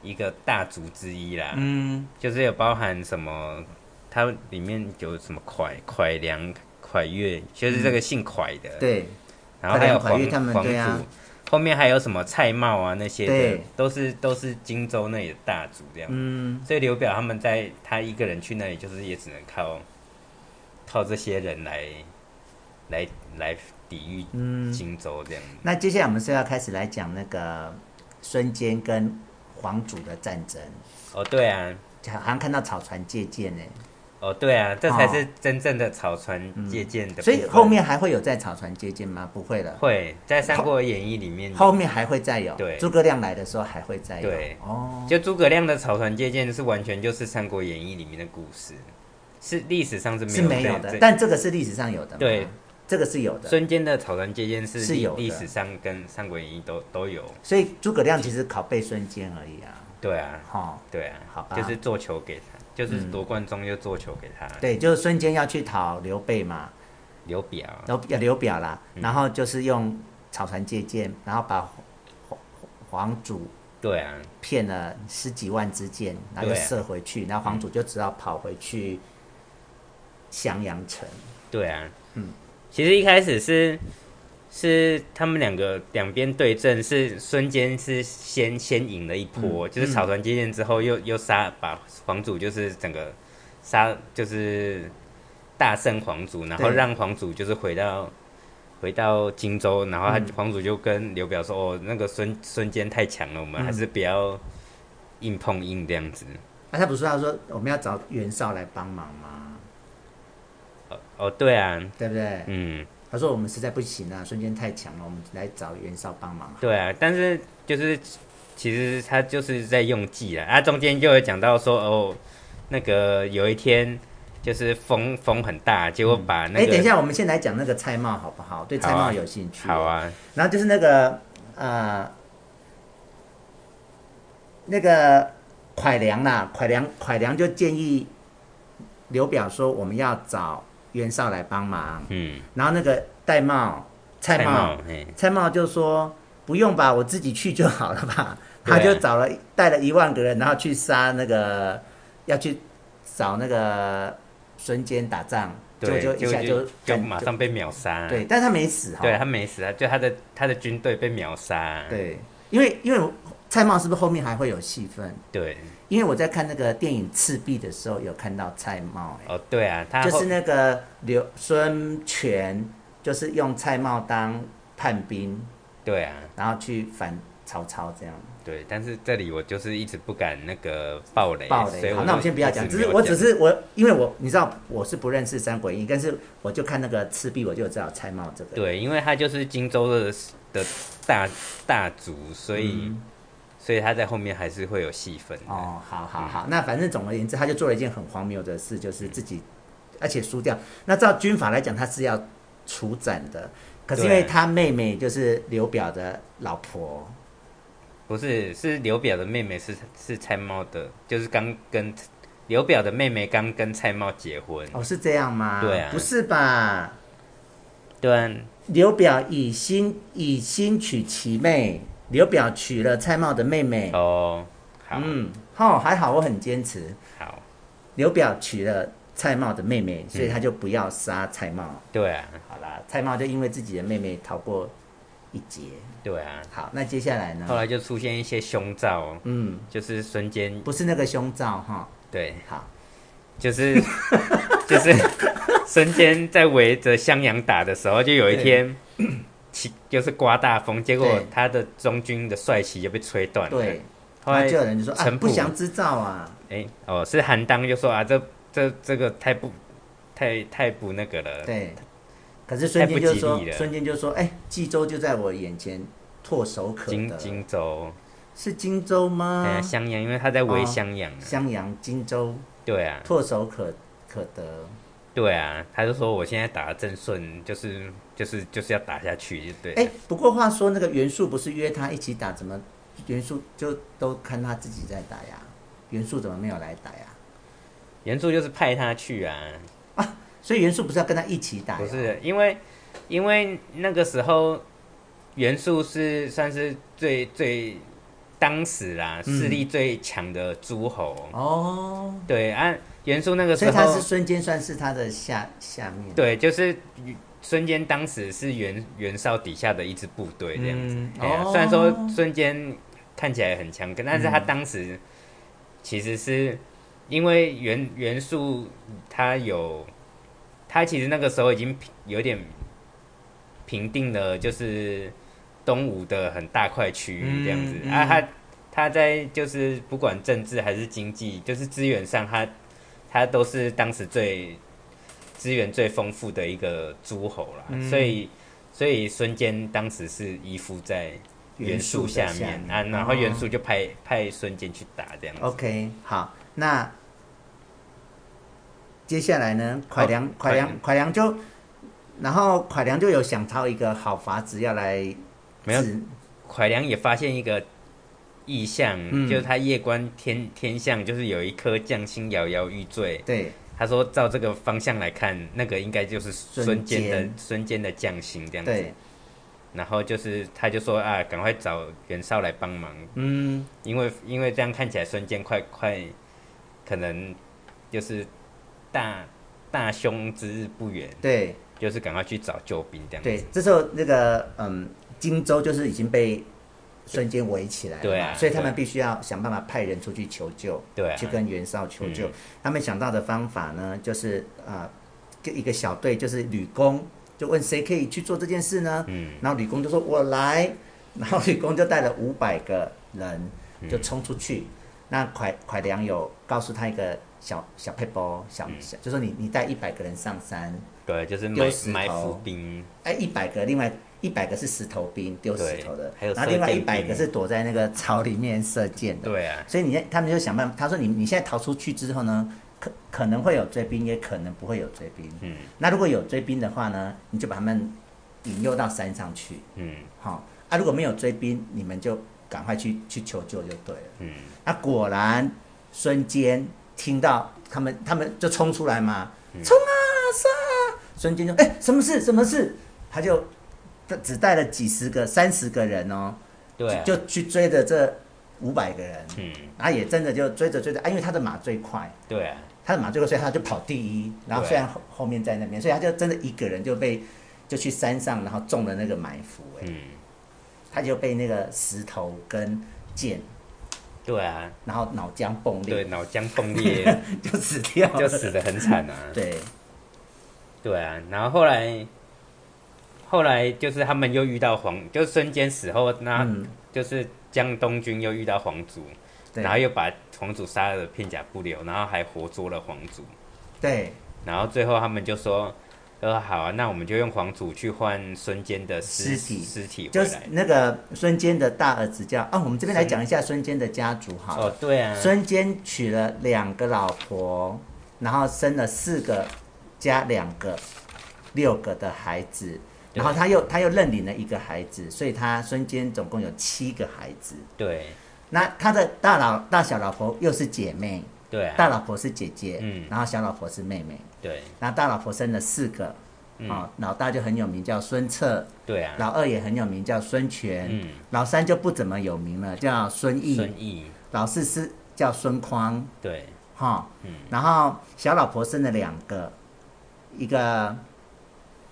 B: 一个大族之一啦，
A: 嗯
B: 就是有包含什么，他里面有什么蒯蒯良、蒯越，就是这个姓蒯的，
A: 嗯对，
B: 然后还有
A: 蒯
B: 皇
A: 良蒯越他们
B: 皇
A: 对啊
B: 祖。后面还有什么蔡瑁啊那些的
A: 对，
B: 都是都是荆州那里的大族这样。
A: 嗯
B: 所以刘表他们在他一个人去那里，就是也只能靠靠这些人来来来抵御
A: 嗯。
B: 荆州这样。
A: 那接下来我们是要开始来讲那个孙坚跟皇祖的战争，
B: 哦，对啊，
A: 好像看到草船借箭呢，
B: 哦对啊，这才是真正的草船借箭的部分、
A: 嗯所以后面还会有在草船借箭吗？不会了，
B: 会在《三国演义》里面，
A: 后面还会再有。
B: 对
A: 诸葛亮来的时候还会再有。
B: 对
A: 哦，
B: 就诸葛亮的草船借箭是完全就是《三国演义》里面的故事，是历史上是没
A: 是
B: 有
A: 没有
B: 这
A: 的
B: 这，
A: 但这个是历史上有的。
B: 对，
A: 这个是有的。
B: 孙坚的草船借箭是
A: 是有的
B: 历史上跟《三国演义都》都有。
A: 所以诸葛亮其实拷贝孙坚而已啊。
B: 对啊，
A: 哈、
B: 对啊，
A: 好吧
B: 就是做球给他。就是夺冠中就做球给他，
A: 嗯对，就是瞬间要去讨刘备嘛，
B: 刘表
A: 刘呃刘表啦，
B: 嗯
A: 然后就是用草船借箭，然后把皇皇祖
B: 对啊，
A: 骗了十几万支箭，然后就
B: 对啊
A: 射回去，然后皇祖就只好跑回去襄阳城。
B: 对啊，
A: 嗯，
B: 其实一开始是是他们两个两边对阵，是孙坚是先先赢了一波，
A: 嗯
B: 就是草船借箭之后又又杀把皇祖就是整个杀就是大胜皇祖，然后
A: 对
B: 让皇祖就是回到。回到荆州，然后他
A: 嗯
B: 皇祖就跟刘表说：“哦，那个孙孙坚太强了，我们
A: 嗯
B: 还是不要硬碰硬这样子。
A: 那、啊他不是说他说我们要找袁绍来帮忙吗？
B: 哦”哦，对啊，
A: 对不对？
B: 嗯，
A: 他说我们实在不行啊，瞬间太强了，我们来找袁绍帮忙。
B: 对啊，但是就是其实他就是在用计啊，他中间就有讲到说哦，那个有一天就是风风很大，结果把那
A: 哎，
B: 个、
A: 等一下，我们先来讲那个蔡瑁好不好？对蔡
B: 好啊
A: 瑁有兴趣。
B: 好。啊，
A: 然后就是那个呃，那个蒯良啦，蒯良蒯良就建议刘表说我们要找袁绍来帮忙，
B: 嗯，
A: 然后那个戴瑁蔡瑁
B: 瑁，嘿，
A: 蔡瑁就说不用吧，我自己去就好了吧。
B: 对
A: 他
B: 啊
A: 就找了带了一万个人，然后去杀那个要去找那个孙坚打仗，就
B: 对，
A: 就一下
B: 就
A: 干
B: 马上被秒杀，
A: 对，但是他没死哈。
B: 对他没死啊，就他的他的军队被秒杀，
A: 对，因为因为蔡瑁是不是后面还会有戏份？
B: 对，
A: 因为我在看那个电影《赤壁》的时候，有看到蔡瑁、
B: 哦对啊，他
A: 哎，就
B: 后
A: 是那个刘孙权，就是用蔡瑁当叛兵，
B: 对啊。
A: 然后去反曹操这样。
B: 对，但是这里我就是一直不敢那个爆雷，
A: 暴
B: 哎所以
A: 雷。
B: 我
A: 好，
B: 就
A: 那我们先不要
B: 一直
A: 讲，只
B: 没
A: 是
B: 有
A: 我只
B: 讲
A: 是我，因为我你知道我是不认识《三国演义》，但是我就看那个赤壁，我就知道蔡瑁这个。
B: 对，因为他就是荆州的的大大族，所以、所以他在后面还是会有戏份的。
A: 嗯哦，好
B: 嗯
A: 好好，那反正总而言之，他就做了一件很荒谬的事，就是自己而且输掉。那照军法来讲，他是要处斩的，可是因为
B: 对
A: 他妹妹就是刘表的老婆，
B: 不是，是刘表的妹妹是是蔡瑁的，就是刚跟刘表的妹妹刚跟蔡瑁结婚。
A: 哦，是这样吗？
B: 对啊
A: 不是吧？
B: 对啊，
A: 刘表以心以心娶其妹，刘表娶了蔡瑁的妹妹。
B: 哦，好，
A: 嗯，好、还好我很坚持。
B: 好，
A: 刘表娶了蔡瑁的妹
B: 嗯
A: 妹，所以他就不要杀蔡瑁。
B: 对啊，
A: 好啦，蔡瑁就因为自己的妹妹逃过一劫。
B: 对啊。
A: 好，那接下来
B: 后
A: 呢？
B: 来就出现一些凶兆，
A: 嗯，
B: 就是孙坚，
A: 不是那个胸罩哈。
B: 对，
A: 好，
B: 就是 <laughs> 就是孙坚在围着襄阳打的时候，就有一天 <coughs> 起就是刮大风，结果
A: 对
B: 他的中军的帅旗就被吹断了。
A: 对，
B: 后
A: 那
B: 来
A: 就有人就说啊
B: 陈，普
A: 不祥之兆啊。
B: 哎、哦是韩当就说啊这这这个太不太太不那个了，
A: 对，可是孙坚就
B: 呃太不
A: 说
B: 吉利，了
A: 孙坚就说，哎，冀州就在我眼前，唾手可
B: 荆
A: 得。
B: 荆州，
A: 是荆州
B: 哎呀
A: 吗？
B: 襄阳，因为他在围
A: 哦
B: 襄阳啊，
A: 襄阳、荆州，
B: 对啊
A: 唾手可可得。
B: 对啊，他就说我现在打的正顺，就是就是就是要打下去，对了，
A: 哎、不过话说，那个袁术不是约他一起打，怎么袁术就都看他自己在打呀？袁术怎么没有来打呀？
B: 袁术就是派他去啊，
A: 所以袁术不是要跟他一起打呀？
B: 不是因为，因为那个时候袁术是算是最最当时啦
A: 嗯
B: 势力最强的诸侯，
A: 哦，
B: 对啊，袁术那个
A: 所
B: 时
A: 以他
B: 候
A: 是孙坚，算是他的下下面。
B: 对，就是孙坚当时是袁袁绍底下的一支部队这样子。
A: 嗯
B: 哎呀
A: 哦
B: 虽然说孙坚看起来很强，可但是他当时其实是因为袁袁术他有他其实那个时候已经平有点平定了，就是东吴的很大块区域这样子、
A: 嗯嗯
B: 啊，他他在就是不管政治还是经济，就是资源上他他都是当时最资源最丰富的一个诸侯啦，
A: 嗯
B: 所以所以孙坚当时是依附在袁术
A: 术
B: 下
A: 的
B: 面啊，然后袁术就派派孙坚去打这样子。
A: 哦 OK，好，那接下来呢？蒯
B: 哦
A: 良，
B: 蒯
A: 蒯良，蒯良就，然后蒯良就有想到一个好法子要来
B: 没有
A: 治
B: 蒯良也发现一个意象，
A: 嗯
B: 就是他夜观天天象，就是有一颗将星摇摇欲坠。
A: 对，
B: 他说照这个方向来看，那个应该就是孙坚的
A: 孙坚
B: 孙坚的将星这样子。
A: 对，
B: 然后就是他就说啊，赶快找袁绍来帮忙，
A: 嗯，
B: 因为因为这样看起来孙坚快快可能就是大大凶之日不远，
A: 对
B: 就是赶快去找救兵这样子。
A: 对，这时候那个嗯，荆州就是已经被孙坚围起来了嘛，
B: 对啊
A: 所以他们
B: 对
A: 必须要想办法派人出去求救，
B: 对啊
A: 去跟袁绍求救。
B: 嗯
A: 他们想到的方法呢，就是啊、跟一个小队就是吕公，就问谁可以去做这件事呢？
B: 嗯，
A: 然后吕公就说：“我来。” <laughs> 然后吕公就带了五百个人就冲出去。
B: 嗯
A: 那蒯蒯良有告诉他一个小小配包，小
B: 嗯
A: 小、就说你你带一百个人上山，
B: 对，就是
A: 丢
B: 埋
A: 石头
B: 埋伏兵，
A: 哎，一百个，另外一百个是石头兵丢石头的
B: 对，还有
A: 然后另外
B: 射
A: 一
B: 箭兵
A: 百个是躲在那个 <laughs> 草里面射箭的。
B: 对啊，
A: 所以你看他们就想办法，他说你你现在逃出去之后呢，可可能会有追兵，也可能不会有追兵。
B: 嗯
A: 那如果有追兵的话呢，你就把他们引诱到山上去，
B: 嗯
A: 好、啊，如果没有追兵，你们就赶快去去求救就对了。
B: 嗯，
A: 那啊果然，孙坚听到他们，他们就冲出来嘛，
B: 嗯
A: 冲啊杀啊！孙坚就哎、什么事什么事？他就他只带了几十个、三十个人哦，
B: 对啊，
A: 就就去追着这五百个人，
B: 嗯
A: 然后也真的就追着追着，啊，因为他的马最快，
B: 对啊，
A: 他的马最快，所以他就跑第一。然后
B: 对
A: 虽然后后面在那边，所以
B: 啊
A: 他就真的一个人就被就去山上，然后中了那个埋伏、哎、
B: 嗯
A: 他就被那个石头跟箭，
B: 对啊，
A: 然后脑浆迸裂，
B: 对脑浆
A: <laughs>
B: 迸裂
A: 就死掉了，
B: 就死的很惨啊，
A: 对
B: 对啊，然后后来后来就是他们又遇到黄，就是孙坚死后，那
A: 嗯
B: 就是江东军又遇到黄祖，
A: 对
B: 然后又把黄祖杀了片甲不留，然后还活捉了黄祖，
A: 对
B: 然后最后他们就说。呃，好啊，那我们就用黄祖去换孙坚的
A: 尸
B: 尸
A: 体
B: 尸体回
A: 就是
B: 来。
A: 那个孙坚的大儿子叫啊，我们这边来讲一下孙坚的家族好
B: 哦
A: 了。，
B: 对啊，
A: 孙坚娶了两个老婆，然后生了四个加两个六个的孩子，
B: 对
A: 然后他又他又认领了一个孩子，所以他孙坚总共有七个孩子。
B: 对
A: 那他的大老大小老婆又是姐妹，
B: 对啊，
A: 大老婆是姐姐，
B: 嗯
A: 然后小老婆是妹妹，
B: 对
A: 然后大老婆生了四个，
B: 嗯
A: 哦，老大就很有名，叫孙策，
B: 对啊，
A: 老二也很有名，叫孙权。
B: 嗯
A: 老三就不怎么有名了，叫孙
B: 孙
A: 毅。
B: 毅，
A: 老四是叫孙匡，
B: 对，
A: 哈。
B: 嗯
A: 然后小老婆生了两个，一个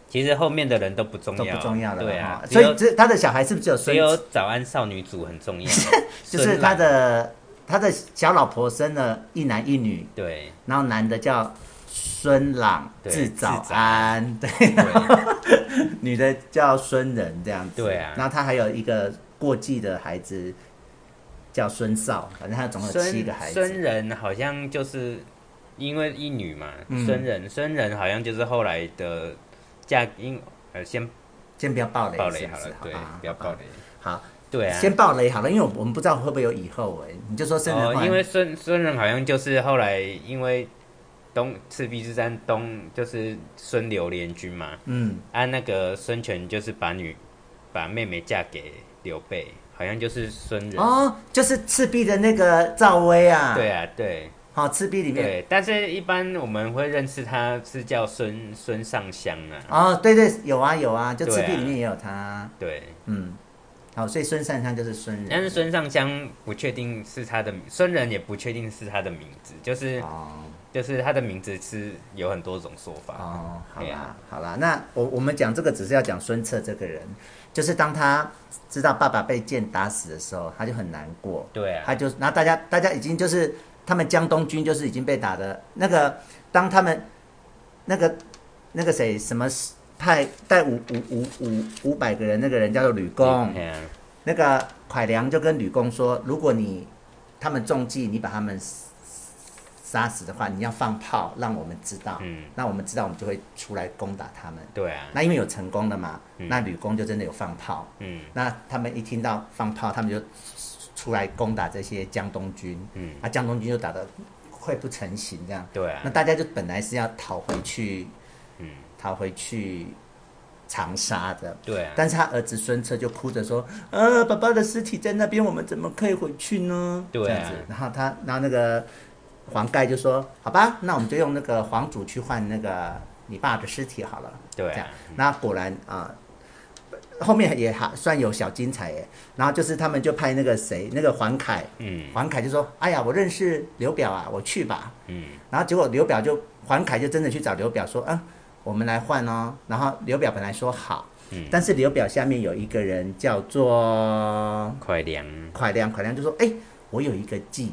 B: 其实后面的人都不重
A: 都
B: 要，
A: 不重要了，
B: 对啊
A: 哈，
B: 只
A: 所
B: 有
A: 以这他的小孩是不是只有
B: 只
A: 孙？
B: 有早安少女组很重要，啊
A: <laughs> 就是
B: 孙
A: 他
B: 朗
A: 的他的小老婆生了一男一女，
B: 对
A: 然后男的叫孙朗，
B: 对
A: 字早
B: 字早
A: 安， <laughs> 对，
B: 对
A: 女的叫孙仁这样子。
B: 对啊
A: 然后他还有一个过继的孩子叫孙少，反正他总共有七个
B: 孙
A: 孩子。
B: 孙仁好像就是因为一女嘛，
A: 嗯
B: 孙仁孙仁好像就是后来的嫁因呃先
A: 先不要爆雷，
B: 爆
A: 是
B: 雷
A: 不
B: 好
A: 是
B: 了，对
A: 好吧，
B: 不要
A: 好吧
B: 爆雷，
A: 好，
B: 对啊，
A: 先爆雷好了，因为我我们不知道会不会有以后哎、你就说圣人
B: 哦
A: 话、，
B: 因为孙孙仁好像就是后来因为东赤壁之战东就是孙刘联军嘛，
A: 嗯，
B: 啊，那个孙权就是把女把妹妹嫁给刘备，好像就是孙仁。
A: 哦，就是赤壁的那个赵薇啊，
B: 对，啊，对
A: 好、赤壁里面，
B: 对，但是一般我们会认识他是叫孙孙尚香啊，
A: 哦，对对，有啊有啊，就
B: 对啊
A: 赤壁里面也有他，
B: 对，
A: 嗯，好，所以孙善香就是孙人，
B: 但是孙尚香不确定是他的名孙仁也不确定是他的名字，就是
A: 哦
B: 就是他的名字是有很多种说法。
A: 哦，好
B: 对
A: 啦、
B: 啊
A: 好啦，那我我们讲这个只是要讲孙策这个人，就是当他知道爸爸被箭打死的时候，他就很难过，
B: 对啊，
A: 他就，然后大家大家已经就是他们江东军就是已经被打的那个，当他们那个那个谁什么派带五五五五五百个人，那个人叫做吕公，
B: 对啊，
A: 那个蒯良就跟吕公说，如果你他们中计，你把他们杀杀死的话，你要放炮让我们知道，
B: 嗯，
A: 那我们知道我们就会出来攻打他们。
B: 对啊，
A: 那因为有成功的嘛，
B: 嗯
A: 那吕公就真的有放炮，
B: 嗯
A: 那他们一听到放炮，他们就出来攻打这些江东军，
B: 嗯，
A: 啊，江东军就打得溃不成形这样。
B: 对
A: 那
B: 啊，
A: 大家就本来是要逃回去，
B: 嗯，
A: 逃回去长沙的。
B: 对啊，
A: 但是他儿子孙策就哭着说：“呃，爸爸的尸体在那边，我们怎么可以回去呢？”
B: 对啊
A: 这样子。然后他，然后那个黄盖就说：“好吧，那我们就用那个黄主去换那个你爸的尸体好了。”
B: 对
A: 这样
B: 啊，
A: 那果然啊、后面也还算有小精彩耶。然后就是他们就派那个谁，那个黄凯，
B: 嗯
A: 黄凯就说：“哎呀，我认识刘表啊，我去吧。”
B: 嗯，
A: 然后结果刘表就黄凯就真的去找刘表说：“啊，我们来换哦。”然后刘表本来说好，
B: 嗯
A: 但是刘表下面有一个人叫做
B: 快凉，
A: 蒯良，蒯良就说：“哎，我有一个计，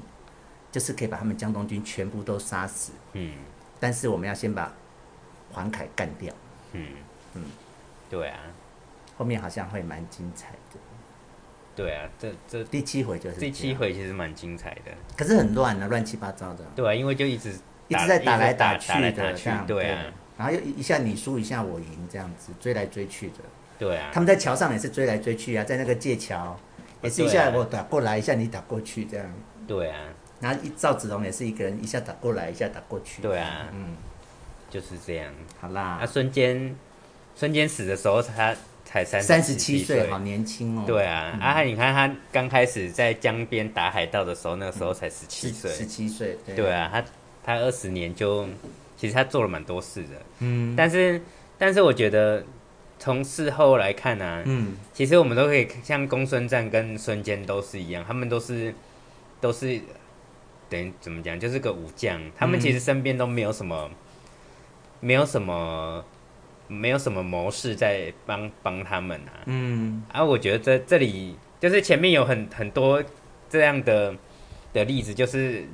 A: 就是可以把他们江东军全部都杀死，
B: 嗯
A: 但是我们要先把黄凯干掉。
B: 嗯嗯，对啊，”
A: 后面好像会蛮精彩的，
B: 对啊，这这
A: 第七回就是这
B: 这
A: 样
B: 七，回其实蛮精彩的，
A: 可是很乱啊，乱七八糟的，
B: 对啊，因为就一直
A: 一直在打来
B: 打
A: 去
B: 来
A: 的，
B: 打
A: 这
B: 去
A: 样，
B: 对啊，
A: 然后又一下你输一下我赢这样子，追来追去的。
B: 对啊，
A: 他们在桥上也是追来追去啊，在那个界桥，也是一下我打过来，一下你打过去这样。
B: 对啊，
A: 然后一赵子龙也是一个人，一下打过来，一下打过去。
B: 对啊
A: 嗯，
B: 就是这样。
A: 好啦
B: 啊，，孙坚，孙坚死的时候他才三
A: 三十
B: 十
A: 七岁，
B: 岁
A: 好，年轻哦。
B: 对啊，啊，你看他刚开始在江边打海盗的时候，那个时候才十七
A: 十十
B: 岁，
A: 七岁，对
B: 对啊，他他二十年就，其实他做了蛮多事的，
A: 嗯
B: 但是但是我觉得从事后来看呢、啊，
A: 嗯，
B: 其实我们都可以像公孙瓒跟孙坚都是一样，他们都是都是等于怎么讲，就是个武将，他
A: 嗯
B: 们其实身边都没有什么，没有什么，没有什么谋士在帮帮他们啊。
A: 嗯
B: 啊，我觉得这这里就是前面有很很多这样的的例子，就是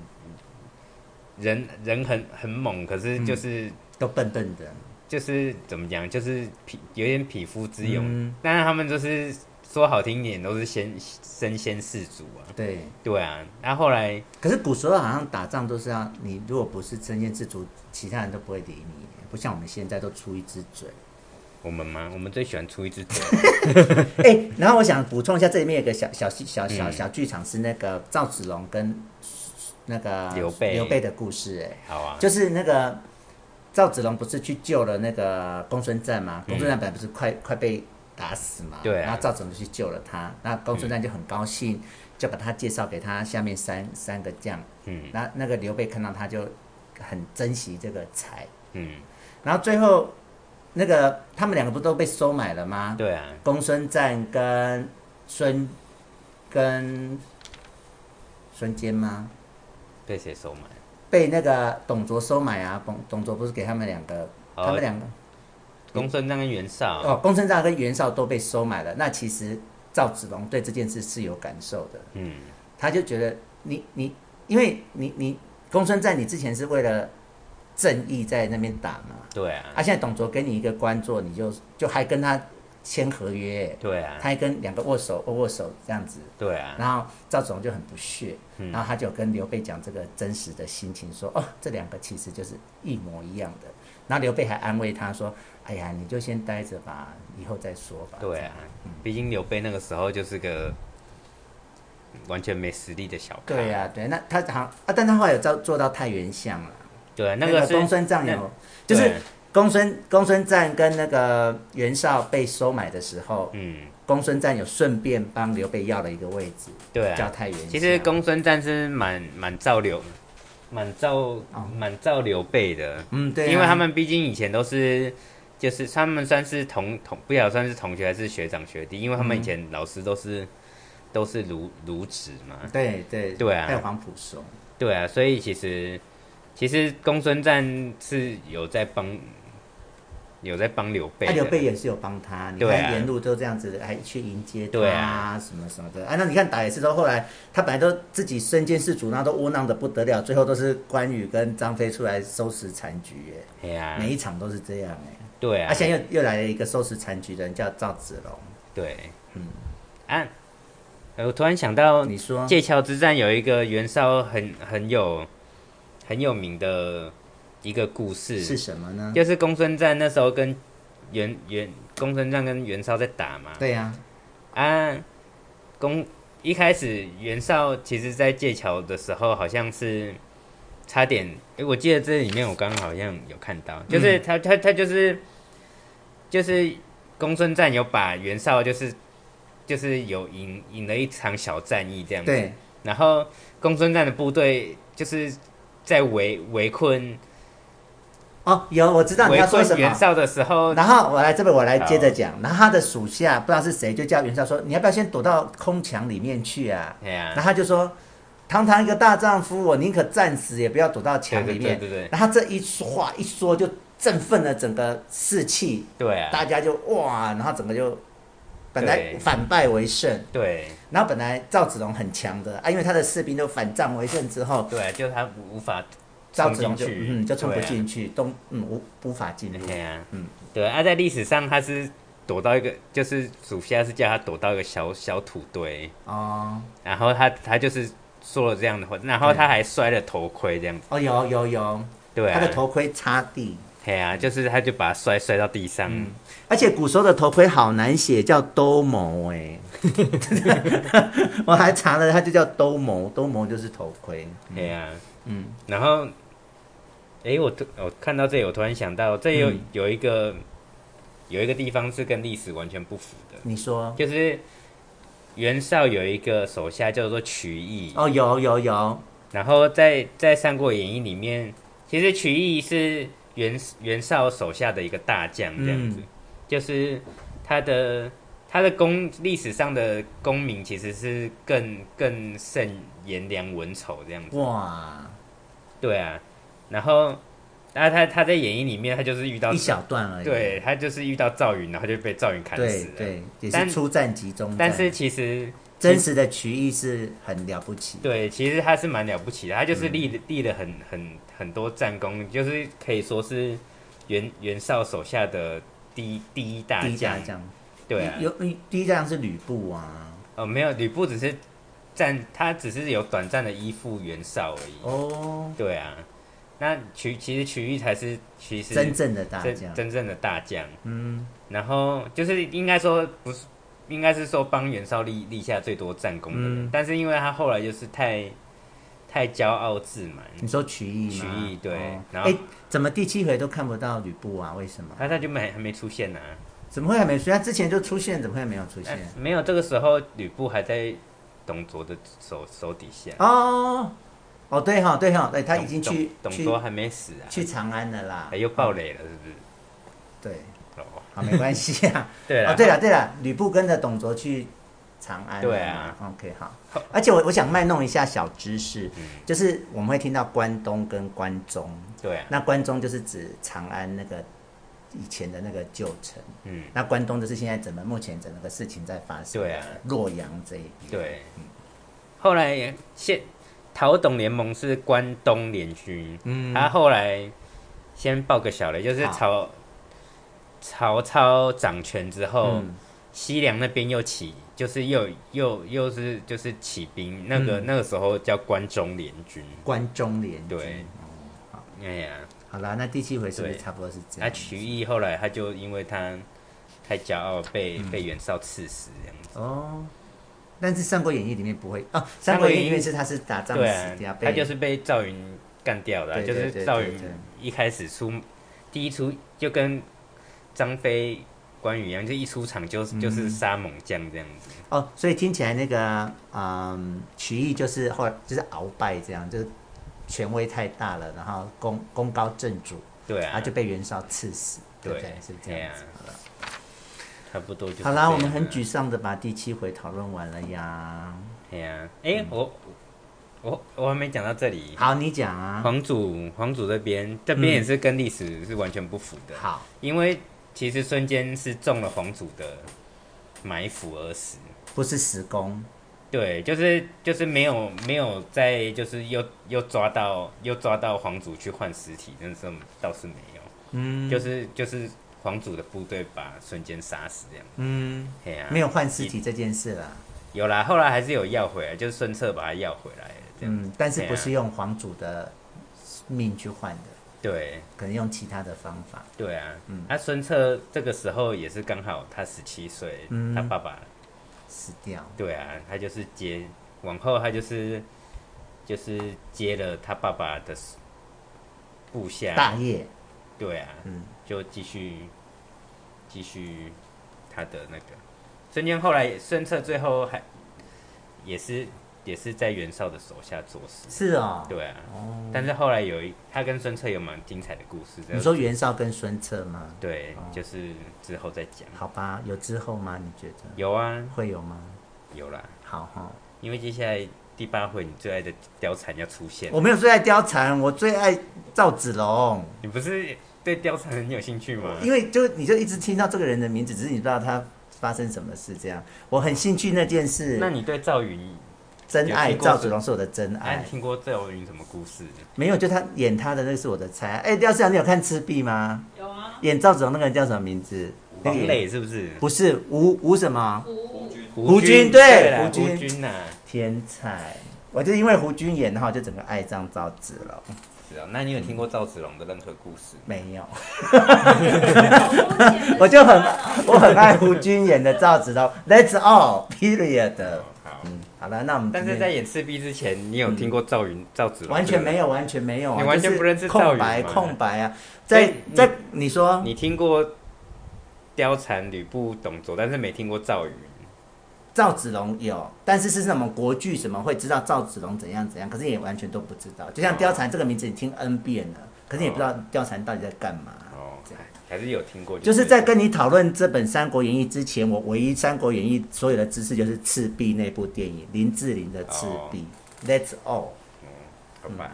B: 人人很很猛，可
A: 嗯
B: 是就是、
A: 都笨笨的，
B: 就是怎么讲，就是匹有点匹夫之勇。
A: 嗯
B: 当然他们就是说好听一点，都是先身先士卒啊。
A: 对。
B: 对啊，那、后来
A: 可是古时候好像打仗都是要你，如果不是身先士卒，其他人都不会理你，不像我们现在都出一只
B: <laughs>
A: 嘴。
B: 我们嘛，我们最喜欢出一只
A: <laughs>
B: 嘴，
A: 哎、然后我想补充一下，这里面有个小小戏小小
B: 嗯
A: 小剧场是那个赵子龙跟那个
B: 刘备
A: 刘备的故事、哎，
B: 好啊。
A: 就是那个赵子龙不是去救了那个公孙瓒吗？公孙瓒本来不是快、快被打死嘛，
B: 嗯对啊
A: 然后赵子龙就去救了他，那公孙瓒就很高兴，就把他介绍给他下面三三个将，
B: 嗯
A: 那那个刘备看到他就很珍惜这个才，
B: 嗯，
A: 然后最后那个他们两个不都被收买了吗？
B: 对啊，
A: 公孙瓒跟孙跟孙坚吗？
B: 被谁收买？
A: 被那个董卓收买啊，董董卓不是给他们两个，
B: 哦
A: 他们两个
B: 公孙瓒跟袁绍。
A: 哦，公孙瓒跟袁绍都被收买了。那其实赵子龙对这件事是有感受的，
B: 嗯，
A: 他就觉得你你，因为你你公孙瓒你之前是为了正义在那边打嘛，
B: 对啊，
A: 啊，现在董卓给你一个官做，你就就还跟他签合约，
B: 对
A: 他
B: 啊，
A: 还跟两个握手握握手这样子，
B: 对啊，
A: 然后赵子龙就很不屑，
B: 嗯
A: 然后他就跟刘备讲这个真实的心情，说：“哦，这两个其实就是一模一样的。”然后刘备还安慰他说：“哎呀，你就先待着吧，以后再说吧。”
B: 对啊，毕竟刘备那个时候就是个完全没实力的小咖。
A: 对啊，对，那他好像啊，但他后来有做做到太原相了。
B: 对啊，那
A: 那
B: 个是
A: 公孙瓒有，就
B: 对
A: 是公孙公孙瓒跟那个袁绍被收买的时候，
B: 嗯，
A: 公孙瓒有顺便帮刘备要了一个位置，
B: 对
A: 叫
B: 啊。
A: 太原相。
B: 其实公孙瓒是蛮蛮照刘，蛮照
A: 哦
B: 蛮照刘备的，
A: 嗯，对啊、
B: 因为他们毕竟以前都是。就是他们算是同同，不晓得算是同学还是学长学弟，因为他们以前老师都是、都是儒儒职嘛，
A: 对对
B: 对啊
A: 还有黄埔松，
B: 对啊，所以其实其实公孙瓒是有在帮有在帮刘备
A: 他
B: 的，
A: 刘啊备也是有帮他，你
B: 对啊
A: 看沿路都这样子，还哎去迎接他
B: 对啊
A: 什么什么的。啊，那你看打野是都后来他本来都自己身兼士卒，那都窝囊的不得了，最后都是关羽跟张飞出来收拾残局耶，
B: 哎呀，
A: 每一场都是这样哎。
B: 对啊，
A: 啊，现在又又来了一个收拾残局的人，叫赵子龙。
B: 对，嗯，啊，呃我突然想到
A: 你说，
B: 界桥之战有一个袁绍很很有很有名的一个故事，
A: 是什么呢？
B: 就是公孙瓒那时候跟袁袁公孙瓒跟袁绍在打嘛，
A: 对呀、
B: 啊，公一开始袁绍其实在界桥的时候，好像是差点，诶、我记得这里面我刚刚好像有看到，就是他、他他就是就是公孙瓒有把袁绍就是就是有赢赢了一场小战役这样子，
A: 对，
B: 然后公孙瓒的部队就是在围围困
A: 哦，有我知道你
B: 围
A: 要说
B: 困
A: 什
B: 袁
A: 么。
B: 绍的时候，
A: 然后我来这边，我来接着讲。然后他的属下不知道是谁，就叫袁绍说：“你要不要先躲到空墙里面去啊？”
B: 哎呀、
A: 然后他就说：“堂堂一个大丈夫，我宁可战死，也不要躲到
B: 对
A: 墙
B: 对
A: 里
B: 对
A: 面。
B: 对对
A: 然后这一说话一说，就振奋了整个士气，
B: 对啊，
A: 大家就哇，然后整个就本来
B: 对
A: 反败为胜。
B: 对
A: 然后本来赵子龙很强的啊，因为他的士兵都反战为胜之后，
B: 对啊，就他无无法
A: 赵
B: 冲
A: 子龙
B: 进
A: 就
B: 去，
A: 嗯就冲不
B: 对啊
A: 进去，东嗯无无法进入。
B: 对啊，
A: 嗯
B: 嗯，对啊，在历史上他是躲到一个，就是属下是叫他躲到一个小小土堆，
A: 哦
B: 然后他他就是说了这样的话，然后他还摔了头盔这样子，
A: 哦有有有，
B: 对
A: 他
B: 啊
A: 的，头盔插地，
B: 对啊，就是他就把他摔摔到地上，
A: 而且古时候的头盔好难写，叫兜鍪
B: <laughs>
A: 哎，我还查了，它就叫兜鍪，兜鍪就是头盔。
B: 对啊，
A: 嗯，
B: 然后，诶，我突我看到这里，我突然想到，这有、
A: 嗯
B: 有一个有一个地方是跟历史完全不符的，
A: 你说
B: 就是袁绍有一个手下叫做曲艺，
A: 哦有有有，
B: 然后在在《三国演义》里面，其实曲艺是袁袁绍手下的一个大将，这样子，
A: 嗯
B: 就是他的他的功历史上的功名其实是更更胜颜良、文丑这样子。
A: 哇，
B: 对啊，然后那他他在演义里面，他就是遇到
A: 一小段而已。
B: 对他就是遇到赵云，然后就被赵云砍
A: 对
B: 死了。
A: 对，也
B: 但
A: 是出战集中战
B: 但是其实
A: 真实的曲艺是很了不起。
B: 对，其实他是蛮了不起的，他
A: 嗯
B: 就是立了立了很很很多战功，就是可以说是袁袁绍手下的第一第一大
A: 第一大
B: 将。
A: 将，
B: 啊对啊，
A: 有有第一大将是吕布啊。
B: 哦，没有吕布只是战，他只是有短暂的依附袁绍而已。
A: 哦，
B: 对啊，那曲其实曲艺才是其实
A: 真正的大
B: 真
A: 将，
B: 真正的大将。
A: 嗯，
B: 然后就是应该说不是，应该是说帮袁绍立立下最多战功的人，
A: 嗯
B: 但是因为他后来就是太太骄傲自满，
A: 你说曲艺吗？
B: 曲艺对
A: 哦
B: 然后
A: 诶怎么第七回都看不到吕布啊？为什么？
B: 他他就没还没出现呢、啊
A: 怎么会还没出现？他之前就出现，怎么会没有出
B: 哎
A: 现？
B: 没有这个时候吕布还在董卓的手手底下，
A: 哦，哦，对哈、对哈、对他
B: 董
A: 已经去
B: 董董
A: 去
B: 卓还没死啊，
A: 去长安了啦
B: 哎。又爆雷了是不是？
A: 对，
B: 哦，
A: 好，没关系啊。
B: <laughs> 对了、
A: 哦，对了对了，吕布跟着董卓去长安。
B: 对啊。
A: OK，好
B: 好。
A: 而且我我想卖弄一下小知识，
B: 嗯
A: 就是我们会听到关东跟关中，
B: 对啊，
A: 那关中就是指长安那个以前的那个旧城，
B: 嗯，
A: 那关东就是现在整个目前整个事情在发生。
B: 对啊，
A: 洛阳这一边。
B: 对。嗯后来现讨董联盟是关东联军，
A: 嗯
B: 他后来先爆个小雷，就是
A: 好
B: 曹曹操掌权之后，
A: 嗯
B: 西凉那边又起，就是又又又是就是起兵，那个、
A: 嗯
B: 那个时候叫关中联军。
A: 关中联军。
B: 对哎呀，
A: 好啦，那第七回是不是
B: 对哎
A: 差不多是这
B: 那
A: 样？
B: 曲艺后来他就因为他太骄傲被，被、袁绍刺死这样子。
A: 哦，但是《三国演义》里面不会哦，《
B: 三
A: 三
B: 国
A: 国
B: 演义
A: 演义》里面是他是打仗
B: 对
A: 死掉，
B: 啊，
A: 被
B: 他就是被赵云干掉的啊、
A: 对对对
B: 就是赵
A: 对
B: 云
A: 对
B: 一开始出第一出就跟张飞、关羽一样，就一出场就
A: 嗯
B: 就是杀猛将这样子。
A: 哦，所以听起来那个嗯，曲艺就是后来就是鳌拜这样，就是权威太大了，然后功功高震主，
B: 对
A: 然
B: 啊，
A: 后就被袁绍刺死，对不
B: 对哎
A: 对？是这样子。好了
B: 差不多就是
A: 好
B: 这
A: 啦，
B: 样
A: 我们很
B: 啊
A: 沮。丧的把第七回讨论完了呀。
B: 对啊，哎，
A: 嗯
B: 我我我还没讲到这里。
A: 好，你讲啊。
B: 皇祖皇祖这边，这
A: 嗯
B: 边也是跟历史是完全不符的，
A: 好，
B: 因为其实孙坚是中了皇祖的埋伏而死。
A: 不是时工，
B: 对，就是就是没有没有在就是又又抓到又抓到皇族去换尸体，但是倒是没有，
A: 嗯，
B: 就是就是皇族的部队把孙坚杀死这样。
A: 嗯，
B: 嘿啊，
A: 没有换尸体这件事啦。
B: 有啦，后来还是有要回来，就是孙策把他要回来了这样。
A: 嗯，但是
B: 对啊
A: 不是用皇主的命去换的，
B: 对
A: 可能用其他的方法。
B: 对啊，
A: 嗯
B: 那、孙策这个时候也是刚好他十七岁，
A: 嗯
B: 他爸爸
A: 死掉。
B: 对啊，他就是接往后他就是就是接了他爸爸的部下
A: 大业，
B: 对啊，
A: 嗯
B: 就继续继续他的那个孙坚后来孙策最后还也是也是在袁绍的手下做事，
A: 是哦。
B: 对啊，但是后来有一他跟孙策有蛮精彩的故事，这
A: 你说袁绍跟孙策吗？
B: 对
A: 哦，
B: 就是之后再讲。
A: 好吧，有之后吗？你觉得
B: 有啊，
A: 会有吗？
B: 有啦，
A: 好哈，
B: 因为接下来第八回你最爱的貂蝉要出现
A: 我，没有最爱貂蝉，我最爱赵子龙，
B: 你不是对貂蝉很有兴趣吗？
A: 因为就你就一直听到这个人的名字，只是你不知道他发生什么事。这样，我很兴趣那件事。
B: 那你对赵云，
A: 真爱
B: 有听过
A: 赵子龙是我的真
B: 啊
A: 爱
B: 你，听过赵云什么故事？
A: 没有就他演他的那是我的猜。哎，廖市长，你有看《赤壁》吗？
D: 有啊，
A: 演赵子龙那个人叫什么名字？那
B: 王
A: 个演
B: 磊是不是？
A: 不是吴吴什么？
D: 胡
C: 军
A: 胡啊军对
B: 对啦
A: 胡军
B: 胡军啊呐。
A: 天才！我就因为胡军演，然后就整个爱上赵子龙。
B: 是啊，那你有听过赵子龙的任何故事？
A: 没有，
D: 好
A: <laughs> 我就很我很爱胡军演的赵子龙。That's <laughs> all, period。
B: 哦好，
A: 嗯，好了，那我们今
B: 但
A: 天
B: 是在演赤壁之前，你有听过赵云、赵子
A: 嗯
B: 龙？
A: 完全没有，完全没有啊，
B: 你完全
A: 就是
B: 不认识赵
A: 空
B: 云
A: 白
B: 吗
A: 空白啊！
B: 所以
A: 在
B: 你
A: 在你说
B: 你听过貂蝉、吕布、董卓，但是没听过赵云。
A: 赵子龙有，但是是什么国剧什么会知道赵子龙怎样怎样，可是也完全都不知道。就像
B: 哦
A: 貂蝉这个名字，你听 N 遍了，可是也不知道貂蝉到底在干嘛。
B: 哦
A: 这样，
B: 还是有听过，
A: 就是在跟你讨论这本《三国演义》之前，我唯一《三国演义》所有的知识就是《赤壁》那部电影，林志玲的《赤壁》That's all。
B: 哦好吧，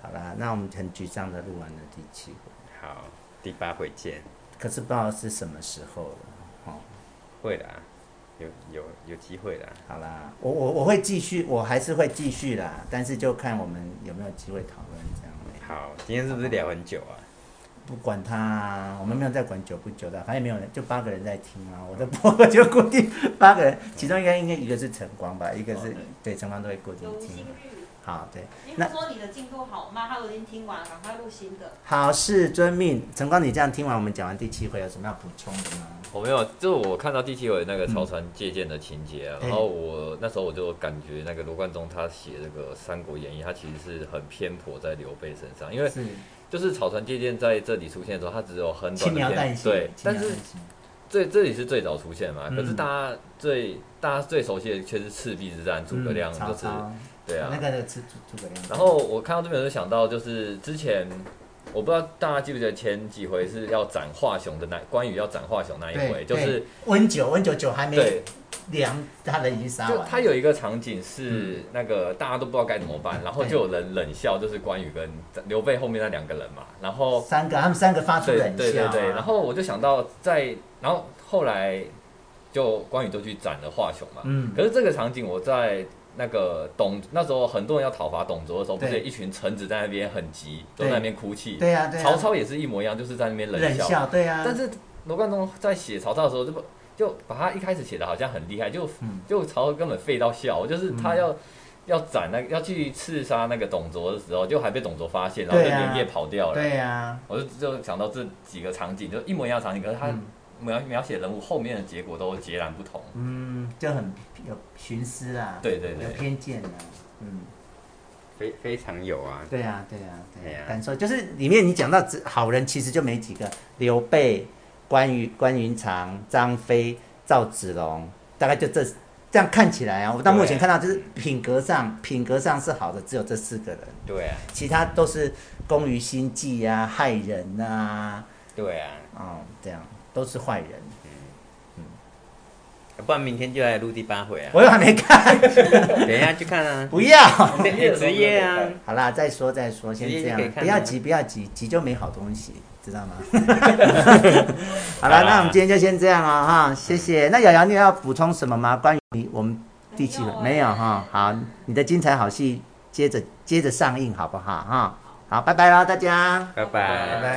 A: 好啦，那我们很沮丧的录完了第七回，
B: 好，第八回见。
A: 可是不知道是什么时候了。哦，
B: 会啦，有有有机会啦。
A: 好啦，我我我会继续，我还是会继续啦，但是就看我们有没有机会讨论这样。
B: 好，今天是不是聊很久啊？
A: 不管他、我们没有在管久不久的，反正也没有人，就八个人在听啊。我的播客就固定八个人，其中应该应该一个是晨光吧，一个是、
C: 哦
A: 对晨光都会固定
D: 有吴
A: 听
D: 新。玉，
A: 好，对，
D: 因为他说你的进度好慢，他都已经听完，赶快录新的。
A: 好事遵命。晨光，你这样听完我们讲完第七回，有什么要补充的吗？
C: 我哦没有，就我看到第七回那个曹参借鉴的情节啊，
A: 嗯
C: 然后我那时候我就感觉那个罗贯中他写这个《三国演义》，他其实是很偏颇在刘备身上，因为
A: 是
C: 就是草船借箭在这里出现的时候，他只有很短
A: 轻描
C: 的
A: 淡
C: 篇，
A: 写，
C: 对，
A: 轻
C: 但
A: 描
C: 是
A: 淡写
C: 这这里是最早出现嘛，
A: 嗯
C: 可是大家最大家最熟悉的却是赤壁之战，诸葛
A: 嗯
C: 亮就
A: 曹
C: 是
A: 操
C: 对啊
A: 那，个是诸诸葛亮。
C: 然后我看到这边我就想到，就是之前我不知道大家记不记得前几回是要斩华雄的那关羽要斩华雄那一
A: 对，
C: 回，就是
A: 对温酒，温酒酒还没
C: 对，
A: 凉，他人已经杀
C: 就
A: 完了。
C: 他有一个场景
A: 嗯
C: 是那个大家都不知道该怎么办，然后就有人冷笑，就是关羽跟刘备后面那两个人嘛，然后
A: 三个，他们三个发出
C: 哦对
A: 冷笑啊、
C: 对对对，然后我就想到在，然后后来就关羽就去斩了华雄嘛，
A: 嗯，
C: 可是这个场景我在那个董那时候很多人要讨伐董卓的时候，不
A: 对
C: 是一群臣子在那边很急，都
A: 对
C: 在那边哭泣。
A: 对呀、对、啊，
C: 曹操也是一模一样，就是在那边
A: 冷
C: 笑。
A: 笑，对啊呀、
C: 但是罗贯中在写曹操的时候，就不就把他一开始写的好像很厉害，就、
A: 嗯
C: 就曹操根本废到笑，就是他要。要斩那个要去刺杀那个董卓的时候，就还被董卓发现，然后就
A: 对啊
C: 连夜跑掉了。
A: 对啊呀、
C: 我就就想到这几个场景，就一模一样的场景，可是他
A: 嗯
C: 描描写人物后面的结果都截然不同。
A: 嗯，就很有徇私啦，
C: 对对对
A: 有偏见啦，嗯，
B: 非非常有啊。
A: 对呀、对呀、对
B: 对
A: 呀、
B: 啊
A: 感受就是里面你讲到只好人其实就没几个，刘备、关羽、关云长、张飞、赵子龙，大概就这这样看起来啊，我到目前
B: 对
A: 看到就是品格上品格上是好的，只有这四个人，
B: 对啊，
A: 其他都是工于心计啊、害人啊，
B: 对啊，
A: 哦，这样都是坏人。
B: 不然明天就来录第八回啊。
A: 我又还没看， <laughs>
B: 等一下去看啊。
A: 不要。
B: 职业职业啊，
A: 好啦，再说再说，先这样
B: 直接就可以，看
A: 不
B: 了
A: 要急，不要急，急就没好东西，知
B: <laughs>
A: 道吗？好啦，
B: 好啦
A: 那我们今天就先这样了哈，谢谢。那瑶瑶，你有要补充什么吗？关于你我们第七回没有哈？好，你的精彩好戏接着接着上映好不好哈？好，拜拜啦，大家，
B: 拜拜
A: 拜拜。